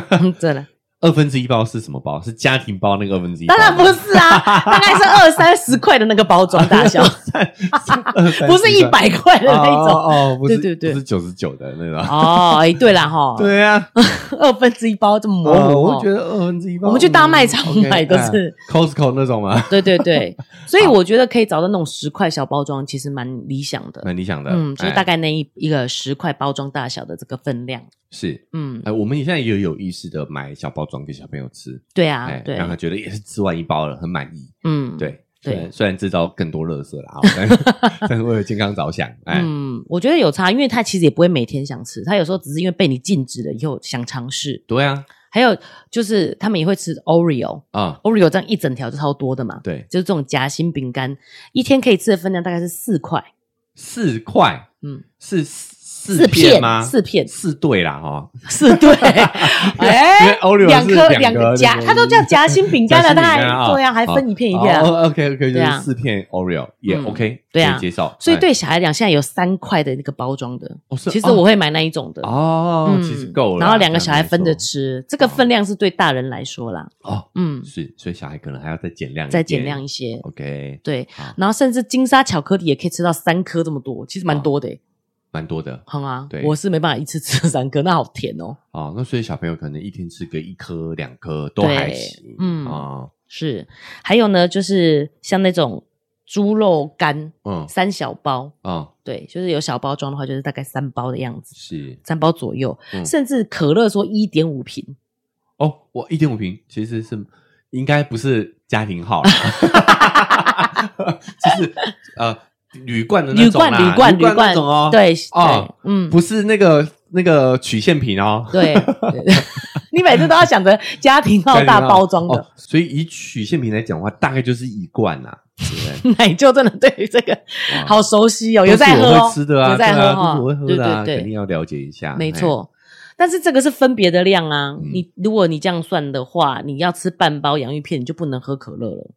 [SPEAKER 2] 嗯 [LAUGHS] 对了，
[SPEAKER 3] 二分之一包是什么包？是家庭包那个二分之一包
[SPEAKER 2] 当
[SPEAKER 3] 吗？
[SPEAKER 2] 然不是
[SPEAKER 3] [LAUGHS]
[SPEAKER 2] 啊，大概是二三十块的那个包装大小，啊不
[SPEAKER 3] 不
[SPEAKER 2] 是一百块的那一种。
[SPEAKER 3] 哦，哦不是
[SPEAKER 2] 对对对
[SPEAKER 3] 不是九十九的那种。
[SPEAKER 2] 哦，哎，对了哈，
[SPEAKER 3] [LAUGHS] 对啊，
[SPEAKER 2] 二分之一包这么模
[SPEAKER 3] 哦
[SPEAKER 2] 糊
[SPEAKER 3] 我
[SPEAKER 2] 哦，
[SPEAKER 3] 会觉得二分之一包，
[SPEAKER 2] 我们去大卖场
[SPEAKER 3] 嗯，OK，
[SPEAKER 2] 买都
[SPEAKER 3] 哎
[SPEAKER 2] 是
[SPEAKER 3] Costco 那种吗？
[SPEAKER 2] [LAUGHS] 对对对，所以我觉得可以找到那种十块小包装，其实蛮理想的。
[SPEAKER 3] 蛮理想的，
[SPEAKER 2] 嗯，就是
[SPEAKER 3] 哎
[SPEAKER 2] 大概那一一个十块包装大小的这个分量。
[SPEAKER 3] 是。
[SPEAKER 2] 嗯，
[SPEAKER 3] 哎，我们现在也有意识的买小包装给小朋友吃，
[SPEAKER 2] 对啊
[SPEAKER 3] 哎，，
[SPEAKER 2] 对，
[SPEAKER 3] 让他觉得也是吃完一包了，很满意。
[SPEAKER 2] 嗯，，
[SPEAKER 3] 对
[SPEAKER 2] 对
[SPEAKER 3] 虽然虽然制造更多垃圾
[SPEAKER 2] [LAUGHS]
[SPEAKER 3] 啦，哦但是但是为了健康着想，哎，
[SPEAKER 2] 嗯，我觉得有差，因为他其实也不会每天想吃，他有时候只是因为被你禁止了以后想尝试。
[SPEAKER 3] 对啊，
[SPEAKER 2] 还有就是他们也会吃 Oreo，Oreo
[SPEAKER 3] 啊，
[SPEAKER 2] 这样一整条就超多的嘛，
[SPEAKER 3] 对，
[SPEAKER 2] 就是这种夹心饼干，一天可以吃的分量大概是四块。
[SPEAKER 3] 四块
[SPEAKER 2] 嗯，
[SPEAKER 3] 是四四片吗？
[SPEAKER 2] 四片，
[SPEAKER 3] 四对啦，哦哈，
[SPEAKER 2] 四
[SPEAKER 3] [LAUGHS]
[SPEAKER 2] 对，
[SPEAKER 3] 因为
[SPEAKER 2] 哎，
[SPEAKER 3] Oreo
[SPEAKER 2] 两
[SPEAKER 3] 是
[SPEAKER 2] 颗
[SPEAKER 3] 两
[SPEAKER 2] 个夹，它都叫夹心饼干了，它还对啊，还分一片一片啊。
[SPEAKER 3] OK 哦 OK，就
[SPEAKER 2] 对
[SPEAKER 3] 是
[SPEAKER 2] 啊
[SPEAKER 3] 四片 Oreo 也
[SPEAKER 2] 嗯
[SPEAKER 3] OK，
[SPEAKER 2] 对啊
[SPEAKER 3] 可以接受。
[SPEAKER 2] 所以
[SPEAKER 3] 哎
[SPEAKER 2] 对小孩来讲，现在有三块的那个包装的，
[SPEAKER 3] 哦是
[SPEAKER 2] 其实
[SPEAKER 3] 哦
[SPEAKER 2] 我会买那一种的。嗯
[SPEAKER 3] 哦，其实够了啦。
[SPEAKER 2] 然后两个
[SPEAKER 3] 这
[SPEAKER 2] 小
[SPEAKER 3] 样
[SPEAKER 2] 孩
[SPEAKER 3] 没
[SPEAKER 2] 分着
[SPEAKER 3] 错
[SPEAKER 2] 吃，这个分量是对大人来说啦，
[SPEAKER 3] 哦，
[SPEAKER 2] 嗯，
[SPEAKER 3] 是，所以小孩可能还要再减量，
[SPEAKER 2] 再减量。一些，
[SPEAKER 3] OK，
[SPEAKER 2] 对
[SPEAKER 3] 好。
[SPEAKER 2] 然后甚至金沙巧克力也可以吃到三颗这么多，其实蛮多的欸，
[SPEAKER 3] 蛮多的
[SPEAKER 2] 哼啊
[SPEAKER 3] 哦对，
[SPEAKER 2] 我是没办法一次吃三颗，那好甜哦。
[SPEAKER 3] 哦。那所以小朋友可能一天吃个一颗、两颗都
[SPEAKER 2] 对
[SPEAKER 3] 还行。
[SPEAKER 2] 嗯
[SPEAKER 3] 啊，
[SPEAKER 2] 是，还有呢，就是像那种猪肉干
[SPEAKER 3] 嗯
[SPEAKER 2] 三小包，
[SPEAKER 3] 啊，
[SPEAKER 2] 对，就是有小包装的话，就是大概三包的样子，
[SPEAKER 3] 是
[SPEAKER 2] 三包左右，
[SPEAKER 3] 嗯
[SPEAKER 2] 甚至可乐说一点五瓶，
[SPEAKER 3] 哦。我一点五瓶其实是应该不是家庭号啦，
[SPEAKER 2] [LAUGHS]
[SPEAKER 3] 就是呃铝罐的那
[SPEAKER 2] 铝
[SPEAKER 3] 种
[SPEAKER 2] 罐
[SPEAKER 3] 啦
[SPEAKER 2] 铝罐
[SPEAKER 3] 铝
[SPEAKER 2] 铝
[SPEAKER 3] 罐
[SPEAKER 2] 罐
[SPEAKER 3] 那种哦，，
[SPEAKER 2] 对
[SPEAKER 3] 哦
[SPEAKER 2] 对，嗯，
[SPEAKER 3] 不是那个那个曲线瓶哦。 [LAUGHS]
[SPEAKER 2] 对，对 [LAUGHS] 你每次都要想着家庭号大包装的， [LAUGHS]
[SPEAKER 3] 哦，所以以曲线瓶来讲的话，大概就是一罐啦，对
[SPEAKER 2] [LAUGHS]
[SPEAKER 3] 不对？
[SPEAKER 2] 奶就真的对于这个
[SPEAKER 3] 哇
[SPEAKER 2] 好熟悉哦，
[SPEAKER 3] 哦都
[SPEAKER 2] 有
[SPEAKER 3] 是
[SPEAKER 2] 在喝
[SPEAKER 3] 我
[SPEAKER 2] 哦
[SPEAKER 3] 会，吃的啊，
[SPEAKER 2] 有在喝
[SPEAKER 3] 对啊
[SPEAKER 2] 哦
[SPEAKER 3] 都是我会喝
[SPEAKER 2] 对
[SPEAKER 3] 的啊，
[SPEAKER 2] 对
[SPEAKER 3] 肯定
[SPEAKER 2] 对，
[SPEAKER 3] 要了解一下。
[SPEAKER 2] 没错。但是这个是分别的量啊，
[SPEAKER 3] 嗯
[SPEAKER 2] 你如果你这样算的话，你要吃半包洋芋片，你就不能喝可乐了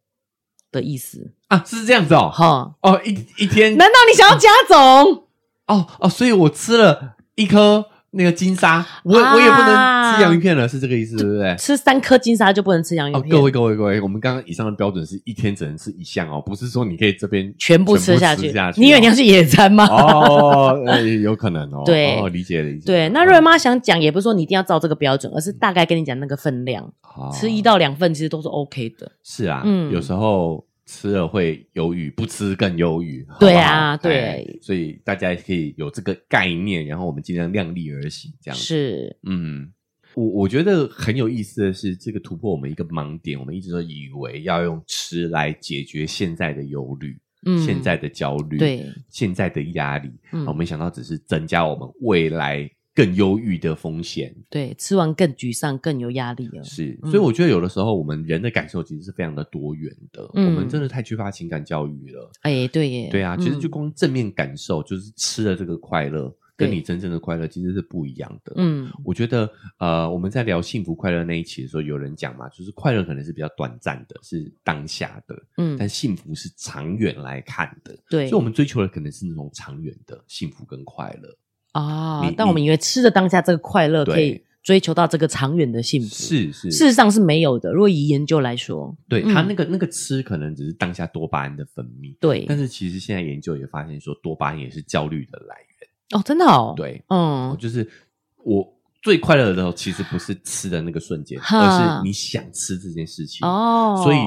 [SPEAKER 2] 的意思，
[SPEAKER 3] 哎啊，是这样子哦。
[SPEAKER 2] 哈？
[SPEAKER 3] 哦，一一
[SPEAKER 2] [LAUGHS]
[SPEAKER 3] 天
[SPEAKER 2] 难道你想要加总？
[SPEAKER 3] 哦哦，所以我吃了一颗那个金沙，我
[SPEAKER 2] 啊
[SPEAKER 3] 我也不能吃洋芋片了，是这个意思，对不对？
[SPEAKER 2] 吃三颗金沙就不能吃洋芋
[SPEAKER 3] 哎哦，
[SPEAKER 2] 片？
[SPEAKER 3] 各位各位各位，我们刚刚以上的标准是一天只能吃一项哦，不是说你可以这边
[SPEAKER 2] 全部
[SPEAKER 3] 吃
[SPEAKER 2] 吃下去，
[SPEAKER 3] 下去哦。
[SPEAKER 2] 你以为你要去野餐吗？
[SPEAKER 3] 哦，呃有可能哦。
[SPEAKER 2] 对
[SPEAKER 3] 哦，理解理解。
[SPEAKER 2] 对，那瑞妈想讲，也不是说你一定要照这个标准，而是大概跟你讲那个分量，
[SPEAKER 3] 哦
[SPEAKER 2] 吃一到两份其实都是 OK 的。
[SPEAKER 3] 是啊，
[SPEAKER 2] 嗯
[SPEAKER 3] 有时候吃了会忧郁，不吃更忧郁。
[SPEAKER 2] 对啊
[SPEAKER 3] 好不好
[SPEAKER 2] 对
[SPEAKER 3] 哎所以大家也可以有这个概念，然后我们尽量量力而行，这样子。
[SPEAKER 2] 是，
[SPEAKER 3] 嗯，我我觉得很有意思的是，这个突破我们一个盲点，我们一直都以为要用吃来解决现在的忧虑、
[SPEAKER 2] 嗯，
[SPEAKER 3] 现在的焦虑、
[SPEAKER 2] 对，
[SPEAKER 3] 现在的压力，
[SPEAKER 2] 嗯
[SPEAKER 3] 我没想到只是增加我们未来更忧郁的风险。
[SPEAKER 2] 对，吃完更沮丧，更有压力了。
[SPEAKER 3] 是，
[SPEAKER 2] 嗯
[SPEAKER 3] 所以我觉得有的时候我们人的感受其实是非常的多元的，
[SPEAKER 2] 嗯
[SPEAKER 3] 我们真的太缺乏情感教育了。
[SPEAKER 2] 哎，对耶，
[SPEAKER 3] 对啊，其实
[SPEAKER 2] 嗯
[SPEAKER 3] 就光正面感受，就是吃了这个快乐，跟
[SPEAKER 2] 对
[SPEAKER 3] 你真正的快乐其实是不一样的。，
[SPEAKER 2] 嗯，
[SPEAKER 3] 我觉得呃，我们在聊幸福快乐那一期的时候，有人讲嘛，就是快乐可能是比较短暂的，是当下的，
[SPEAKER 2] 嗯
[SPEAKER 3] 但幸福是长远来看的。
[SPEAKER 2] 对，
[SPEAKER 3] 所以我们追求的可能是那种长远的幸福跟快乐。
[SPEAKER 2] 啊
[SPEAKER 3] 你，
[SPEAKER 2] 但我们以为吃的当下这个快乐
[SPEAKER 3] 对
[SPEAKER 2] 可以追求到这个长远的幸福，
[SPEAKER 3] 是是
[SPEAKER 2] 事实上是没有的。如果以研究来说，
[SPEAKER 3] 对他
[SPEAKER 2] 嗯
[SPEAKER 3] 那个那个吃，可能只是当下多巴胺的分泌，
[SPEAKER 2] 对
[SPEAKER 3] 但，是其实现在研究也发现说，多巴胺也是焦虑的来源。
[SPEAKER 2] 哦，真的哦，，
[SPEAKER 3] 对，
[SPEAKER 2] 嗯，
[SPEAKER 3] 就是我最快乐的时候，其实不是吃的那个瞬间，
[SPEAKER 2] 哈
[SPEAKER 3] 而是你想吃这件事情。
[SPEAKER 2] 哦，
[SPEAKER 3] 所以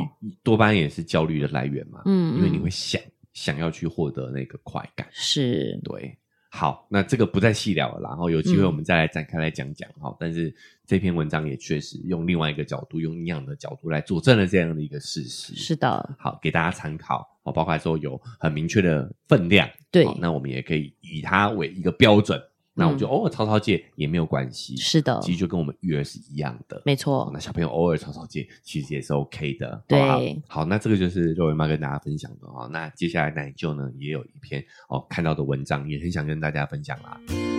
[SPEAKER 3] 多巴胺也是焦虑的来源嘛，
[SPEAKER 2] 嗯，嗯，
[SPEAKER 3] 因为你会想想要去获得那个快感。
[SPEAKER 2] 是，
[SPEAKER 3] 对，好，那这个不再细聊了啦，然后有机会
[SPEAKER 2] 嗯
[SPEAKER 3] 我们再来展开来讲讲哈。但是这篇文章也确实用另外一个角度，用营养的角度来佐证了这样的一个事实。
[SPEAKER 2] 是的，
[SPEAKER 3] 好，给大家参考哦，包括说有很明确的分量，
[SPEAKER 2] 对
[SPEAKER 3] 好那我们也可以以它为一个标准。那我就哦偶尔操操戒也没有关系，
[SPEAKER 2] 嗯是的
[SPEAKER 3] 其实就跟我们育儿是一样的。
[SPEAKER 2] 没
[SPEAKER 3] 哦
[SPEAKER 2] 错，
[SPEAKER 3] 那小朋友偶尔吵吵戒，其实也是 OK 的，
[SPEAKER 2] 对
[SPEAKER 3] 好不好好，那这个就是肉圆妈跟大家分享的哦。那接下来奶舅呢也有一篇哦看到的文章，也很想跟大家分享啦。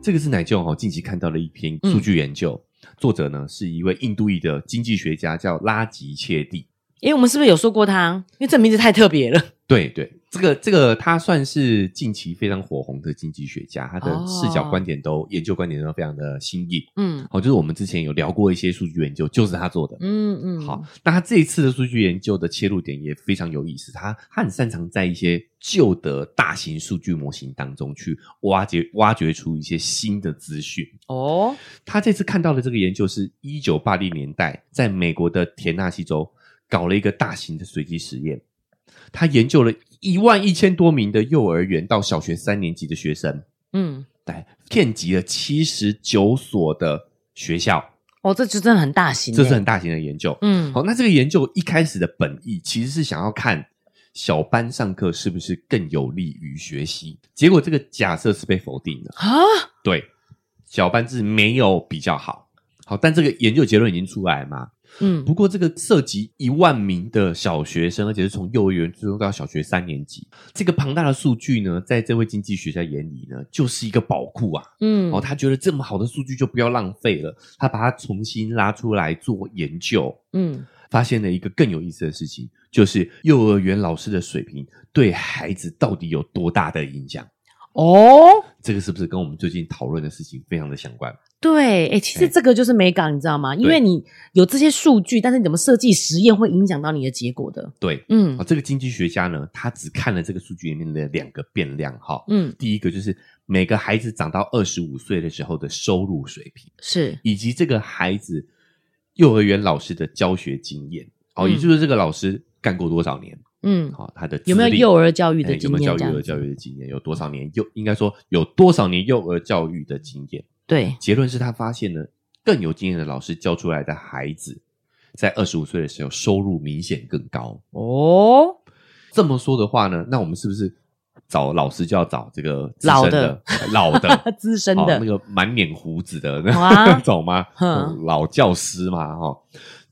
[SPEAKER 3] 这个是奶舅哦，近期看到了一篇数据研究，作者呢是一位印度裔的经济学家，叫拉吉切蒂。
[SPEAKER 2] 哎，我们是不是有说过他？因为这名字太特别了，
[SPEAKER 3] 对对，这个这个他算是近期非常火红的经济学家，他的
[SPEAKER 2] 哦
[SPEAKER 3] 视角观点都、研究观点都非常的新意。
[SPEAKER 2] 嗯
[SPEAKER 3] 好，就是我们之前有聊过一些数据研究，就是他做的。
[SPEAKER 2] 嗯嗯，
[SPEAKER 3] 好，，那他这一次的数据研究的切入点也非常有意思，他他很擅长在一些旧的大型数据模型当中去挖掘挖掘出一些新的资讯。
[SPEAKER 2] 哦，
[SPEAKER 3] 他这次看到的这个研究是一九八零年代在美国的田纳西州搞了一个大型的随机实验，他研究了一万一千多名的幼儿园到小学三年级的学生，
[SPEAKER 2] 嗯
[SPEAKER 3] 来遍及了七十九所的学校，
[SPEAKER 2] 哦，这就真的很大型耶，
[SPEAKER 3] 这是很大型的研究。
[SPEAKER 2] 嗯，
[SPEAKER 3] 好，那这个研究一开始的本意其实是想要看小班上课是不是更有利于学习，结果这个假设是被否定的。
[SPEAKER 2] 啊，
[SPEAKER 3] 对，小班制没有比较好。好，但这个研究结论已经出来了嘛？
[SPEAKER 2] 嗯
[SPEAKER 3] 不过这个涉及一万名的小学生，而且是从幼儿园追踪到小学三年级，这个庞大的数据呢，在这位经济学家眼里呢，就是一个宝库啊。
[SPEAKER 2] 嗯，
[SPEAKER 3] 哦，他觉得这么好的数据就不要浪费了，他把它重新拉出来做研究。
[SPEAKER 2] 嗯，
[SPEAKER 3] 发现了一个更有意思的事情，就是幼儿园老师的水平对孩子到底有多大的影响？
[SPEAKER 2] 哦，
[SPEAKER 3] 这个是不是跟我们最近讨论的事情非常的相关？
[SPEAKER 2] 对，哎，其实
[SPEAKER 3] 哎
[SPEAKER 2] 这个就是美感，你知道吗？因为你有这些数据，但是你怎么设计实验会影响到你的结果的。
[SPEAKER 3] 对，
[SPEAKER 2] 嗯
[SPEAKER 3] 啊，这个经济学家呢，他只看了这个数据里面的两个变量哈。
[SPEAKER 2] 嗯，
[SPEAKER 3] 第一个就是每个孩子长到二十五岁的时候的收入水平，
[SPEAKER 2] 是，
[SPEAKER 3] 以及这个孩子幼儿园老师的教学经验，哦，
[SPEAKER 2] 嗯
[SPEAKER 3] 也就是这个老师干过多少年，
[SPEAKER 2] 嗯，
[SPEAKER 3] 好、他的资历
[SPEAKER 2] 有没有幼儿教育的
[SPEAKER 3] 哎有
[SPEAKER 2] 经
[SPEAKER 3] 没
[SPEAKER 2] 验？
[SPEAKER 3] 有
[SPEAKER 2] 这
[SPEAKER 3] 教育
[SPEAKER 2] 样
[SPEAKER 3] 幼儿教育的经验，有多少年幼，应该说有多少年幼儿教育的经验。
[SPEAKER 2] 对，
[SPEAKER 3] 结论是他发现呢，更有经验的老师教出来的孩子，在二十五岁的时候收入明显更高。
[SPEAKER 2] 哦，
[SPEAKER 3] 这么说的话呢，那我们是不是找老师就要找这个资
[SPEAKER 2] 老
[SPEAKER 3] 深
[SPEAKER 2] 的
[SPEAKER 3] 的、 [LAUGHS] 老的、
[SPEAKER 2] [LAUGHS] 资深
[SPEAKER 3] 哦
[SPEAKER 2] 的
[SPEAKER 3] 那，个满脸胡子的
[SPEAKER 2] 好啊
[SPEAKER 3] [LAUGHS] 那
[SPEAKER 2] [LAUGHS]
[SPEAKER 3] 种吗？哦
[SPEAKER 2] 嗯
[SPEAKER 3] 老教师嘛，哈、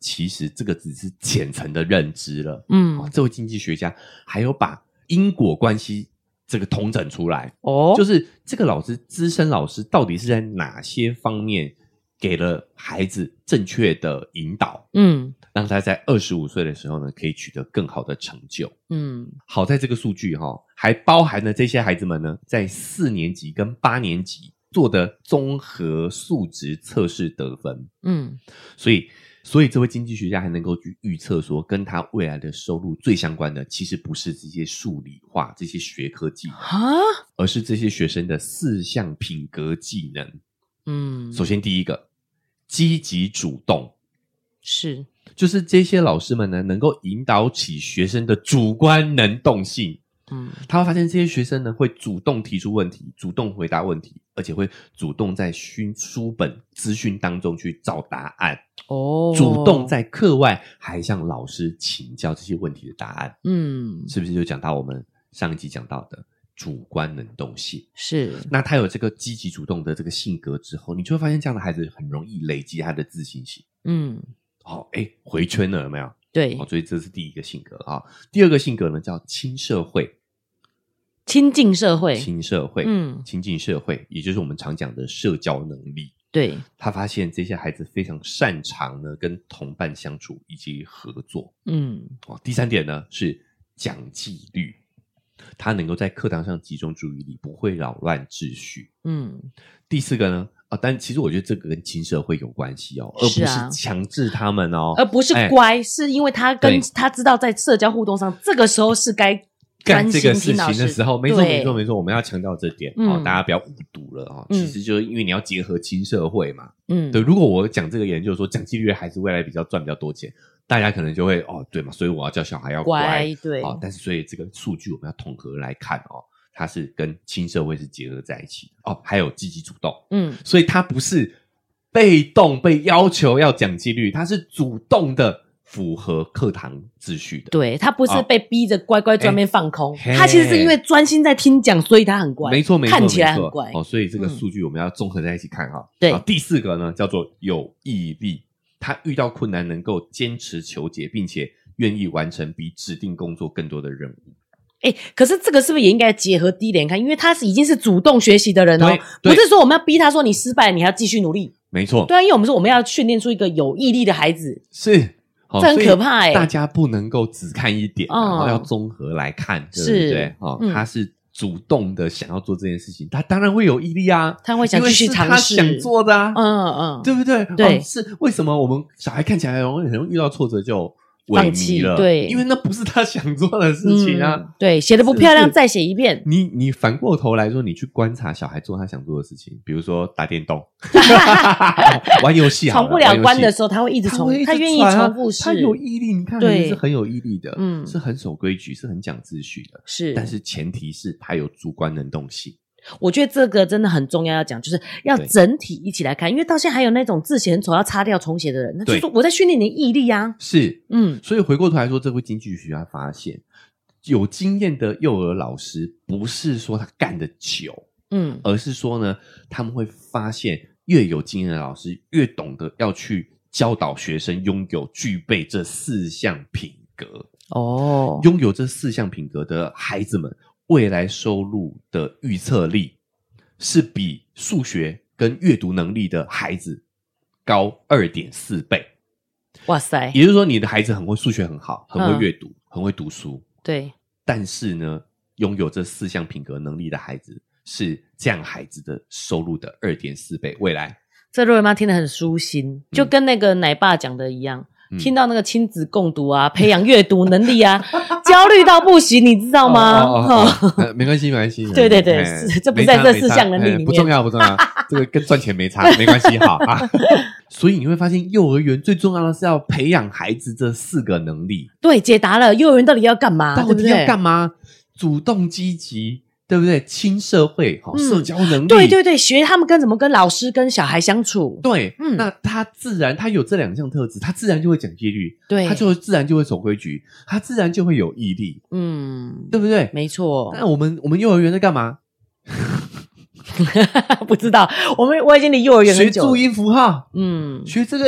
[SPEAKER 3] 其实这个只是浅层的认知了。哦
[SPEAKER 2] 嗯，，
[SPEAKER 3] 这位经济学家还有把因果关系这个统整出来，
[SPEAKER 2] 哦，
[SPEAKER 3] 就是是这个老师资深老师到底是在哪些方面给了孩子正确的引导，
[SPEAKER 2] 嗯
[SPEAKER 3] 让他在二十五岁的时候呢可以取得更好的成就。
[SPEAKER 2] 嗯，
[SPEAKER 3] 好在这个数据哈、还包含了这些孩子们呢，在四年级跟八年级做的综合素质测试得分，
[SPEAKER 2] 嗯，
[SPEAKER 3] 所以，所以这位经济学家还能够去预测说，跟他未来的收入最相关的，其实不是这些数理化这些学科技能，
[SPEAKER 2] 啊，
[SPEAKER 3] 而是这些学生的四项品格技能。
[SPEAKER 2] 嗯，
[SPEAKER 3] 首先，第一个，积极主动。
[SPEAKER 2] 是，
[SPEAKER 3] 就是这些老师们呢，能够引导起学生的主观能动性，
[SPEAKER 2] 嗯
[SPEAKER 3] 他会发现这些学生呢会主动提出问题，主动回答问题，而且会主动在书书本资讯当中去找答案，
[SPEAKER 2] 哦，
[SPEAKER 3] 主动，在课外还向老师请教这些问题的答案，
[SPEAKER 2] 嗯，
[SPEAKER 3] 是不是就讲到我们上一集讲到的主观能动性？
[SPEAKER 2] 是，
[SPEAKER 3] 那他有这个积极主动的这个性格之后，你就会发现这样的孩子很容易累积他的自信心。
[SPEAKER 2] 嗯，
[SPEAKER 3] 哦，哎，回圈了有没有？
[SPEAKER 2] 对
[SPEAKER 3] 哦，，所以这是第一个性格啊、第二个性格呢叫亲社会，
[SPEAKER 2] 亲近社会，
[SPEAKER 3] 亲社会，
[SPEAKER 2] 嗯，
[SPEAKER 3] 亲近社会，也就是我们常讲的社交能力。
[SPEAKER 2] 对，
[SPEAKER 3] 他发现这些孩子非常擅长呢跟同伴相处以及合作。
[SPEAKER 2] 嗯
[SPEAKER 3] 哦，第三点呢是讲纪律，他能够在课堂上集中注意力，不会扰乱秩序。
[SPEAKER 2] 嗯，
[SPEAKER 3] 第四个呢啊、但其实我觉得这个跟亲社会有关系哦，而不
[SPEAKER 2] 是
[SPEAKER 3] 是
[SPEAKER 2] 啊呃
[SPEAKER 3] 强制他们哦，
[SPEAKER 2] 而不是
[SPEAKER 3] 哎
[SPEAKER 2] 乖，是因为他跟
[SPEAKER 3] 对
[SPEAKER 2] 他知道在社交互动上，这个时候是该专
[SPEAKER 3] 干这
[SPEAKER 2] 心
[SPEAKER 3] 个事
[SPEAKER 2] 听老
[SPEAKER 3] 情的
[SPEAKER 2] 师
[SPEAKER 3] 时候，没错
[SPEAKER 2] 对
[SPEAKER 3] 没错没错，我们要强调这点、哦
[SPEAKER 2] 嗯，
[SPEAKER 3] 大家不要误读了哦。
[SPEAKER 2] 嗯
[SPEAKER 3] 其实就是因为你要结合亲社会嘛，
[SPEAKER 2] 嗯，
[SPEAKER 3] 对。如果我讲这个研究说讲纪律还是未来比较赚比较多钱，大家可能就会哦对嘛，所以我要叫小孩要乖
[SPEAKER 2] 乖，对，
[SPEAKER 3] 哦。但是所以这个数据我们要统合来看哦，它是跟亲社会是结合在一起的哦，还有积极主动，
[SPEAKER 2] 嗯，
[SPEAKER 3] 所以它不是被动被要求要讲纪律，它是主动的符合课堂秩序的。
[SPEAKER 2] 对他不是
[SPEAKER 3] 哦哎
[SPEAKER 2] 被逼着乖乖专门放空，
[SPEAKER 3] 嘿
[SPEAKER 2] 他其实是因为专心在听讲，所以他很乖，
[SPEAKER 3] 没错，没错，
[SPEAKER 2] 看起来
[SPEAKER 3] 没
[SPEAKER 2] 很
[SPEAKER 3] 错
[SPEAKER 2] 乖，
[SPEAKER 3] 哦。所以这个
[SPEAKER 2] 嗯
[SPEAKER 3] 数据我们要综合在一起看哈。
[SPEAKER 2] 对哎
[SPEAKER 3] 好第四个呢叫做有毅力，他遇到困难能够坚持求解，并且愿意完成比指定工作更多的任务。
[SPEAKER 2] 哎、可是这个是不是也应该结合第一点看？因为他是已经是主动学习的人哦，不
[SPEAKER 3] 对对
[SPEAKER 2] 是说我们要逼他说你失败了，你还要继续努力。
[SPEAKER 3] 没错，
[SPEAKER 2] 对啊，因为我们说我们要训练出一个有毅力的孩子。
[SPEAKER 3] 是。好
[SPEAKER 2] 这很
[SPEAKER 3] 所以
[SPEAKER 2] 可怕欸
[SPEAKER 3] 大家不能够只看一点，然后
[SPEAKER 2] 嗯
[SPEAKER 3] 要综合来看，对
[SPEAKER 2] 是
[SPEAKER 3] 不对？哦
[SPEAKER 2] 嗯，
[SPEAKER 3] 他是主动的想要做这件事情，他当然会有毅力啊，
[SPEAKER 2] 他会想
[SPEAKER 3] 因为
[SPEAKER 2] 继续
[SPEAKER 3] 是
[SPEAKER 2] 尝
[SPEAKER 3] 他
[SPEAKER 2] 试
[SPEAKER 3] 想做的啊，
[SPEAKER 2] 嗯嗯，
[SPEAKER 3] 对不对？
[SPEAKER 2] 对
[SPEAKER 3] 哦是为什么我们小孩看起来容易很容易遇到挫折就萎
[SPEAKER 2] 放弃
[SPEAKER 3] 靡了？
[SPEAKER 2] 对
[SPEAKER 3] 因为那不是他想做的事情啊。
[SPEAKER 2] 嗯对，写的不漂
[SPEAKER 3] 是
[SPEAKER 2] 亮
[SPEAKER 3] 是
[SPEAKER 2] 再写一遍。
[SPEAKER 3] 你你反过头来说，你去观察小孩做他想做的事情，比如说打电
[SPEAKER 2] [LAUGHS]
[SPEAKER 3] 动、玩游啊戏好，
[SPEAKER 2] 闯不了关的时
[SPEAKER 3] 候，
[SPEAKER 2] 候，他会一直
[SPEAKER 3] 他
[SPEAKER 2] 重
[SPEAKER 3] 会一，直
[SPEAKER 2] 他愿意
[SPEAKER 3] 传啊
[SPEAKER 2] 重复是，
[SPEAKER 3] 他有毅力，你看
[SPEAKER 2] 对
[SPEAKER 3] 人是很有毅力的，
[SPEAKER 2] 嗯
[SPEAKER 3] 嗯，是很守规矩，是很讲秩序的。
[SPEAKER 2] 是，
[SPEAKER 3] 但是前提是他有主观能动性，
[SPEAKER 2] 我觉得这个真的很重要，要讲就是要
[SPEAKER 3] 对
[SPEAKER 2] 整体一起来看，因为到现在还有那种字写很丑要擦掉重写的人，那就
[SPEAKER 3] 对
[SPEAKER 2] 说我在训练你的毅力啊。
[SPEAKER 3] 是，
[SPEAKER 2] 嗯，
[SPEAKER 3] 所以回过头来说，这位经济学家发现，有经验的幼儿老师不是说他干得久，
[SPEAKER 2] 嗯，
[SPEAKER 3] 而是说呢，他们会发现越有经验的老师越懂得要去教导学生拥有具备这四项品格。
[SPEAKER 2] 哦，
[SPEAKER 3] 拥有这四项品格的孩子们，未来收入的预测力是比数学跟阅读能力的孩子高二点四倍。
[SPEAKER 2] 哇塞
[SPEAKER 3] 也，就是说，你的孩子很会数学，很好，很
[SPEAKER 2] 嗯
[SPEAKER 3] 会阅读，很会读书，
[SPEAKER 2] 对，
[SPEAKER 3] 但是呢，拥有这四项品格能力的孩子是这样孩子的收入的二点四倍。未来、
[SPEAKER 2] 这瑞文妈听得很舒心，就跟那个奶爸讲的一样。
[SPEAKER 3] 嗯
[SPEAKER 2] 听到那个亲子共读啊， [LAUGHS] 培养阅读能力啊， [LAUGHS] 焦虑到不行，你知道吗？[LAUGHS]
[SPEAKER 3] 哦
[SPEAKER 2] 哈，
[SPEAKER 3] 哦哦呃没关系，没关系。没关系
[SPEAKER 2] 对对对
[SPEAKER 3] 哎
[SPEAKER 2] 是这不
[SPEAKER 3] 没
[SPEAKER 2] 在
[SPEAKER 3] 差
[SPEAKER 2] 这
[SPEAKER 3] 没
[SPEAKER 2] 四
[SPEAKER 3] 差
[SPEAKER 2] 项能力
[SPEAKER 3] 哎
[SPEAKER 2] 里面
[SPEAKER 3] 不重要，不
[SPEAKER 2] [LAUGHS]
[SPEAKER 3] 重要，这个跟赚钱没差，没关系，好啊。所以你会发现，幼儿园最重要的是要培养孩子这四个能力，
[SPEAKER 2] 对，解答了幼儿园到底要干嘛，
[SPEAKER 3] 到
[SPEAKER 2] 啊对不
[SPEAKER 3] 底要
[SPEAKER 2] 对？
[SPEAKER 3] 干嘛？主动积极，对不对？亲社会，好、
[SPEAKER 2] 嗯
[SPEAKER 3] 社交能力，
[SPEAKER 2] 对对对，学他们跟怎么跟老师跟小孩相处，
[SPEAKER 3] 对，
[SPEAKER 2] 嗯
[SPEAKER 3] 那他自然他有这两项特质，他自然就会讲纪律，
[SPEAKER 2] 对，
[SPEAKER 3] 他就自然就会守规矩，他自然就会有毅力，
[SPEAKER 2] 嗯，
[SPEAKER 3] 对不对？
[SPEAKER 2] 没错，
[SPEAKER 3] 那我们我们幼儿园在干嘛？
[SPEAKER 2] [LAUGHS] 不知道我们我已经离幼儿园
[SPEAKER 3] 学
[SPEAKER 2] 很久
[SPEAKER 3] 注
[SPEAKER 2] 了，
[SPEAKER 3] 音符号，
[SPEAKER 2] 嗯，
[SPEAKER 3] 学这个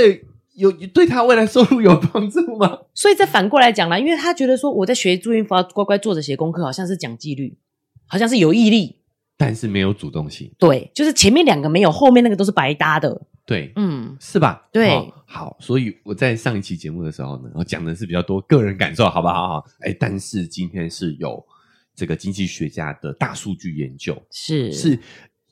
[SPEAKER 3] 有对他未来收入有帮助吗？
[SPEAKER 2] 所以再反过来讲啦，因为他觉得说我在学注音符号，乖乖坐着写功课，好像是讲纪律，好像是有毅力，
[SPEAKER 3] 但是没有主动性，
[SPEAKER 2] 对，就是前面两个没有，后面那个都是白搭的，
[SPEAKER 3] 对，
[SPEAKER 2] 嗯，
[SPEAKER 3] 是吧？
[SPEAKER 2] 对
[SPEAKER 3] 哦好，所以我在上一期节目的时候呢，我讲的是比较多个人感受，好不好？哈，哎，但是今天是有这个经济学家的大数据研究，
[SPEAKER 2] 是
[SPEAKER 3] 是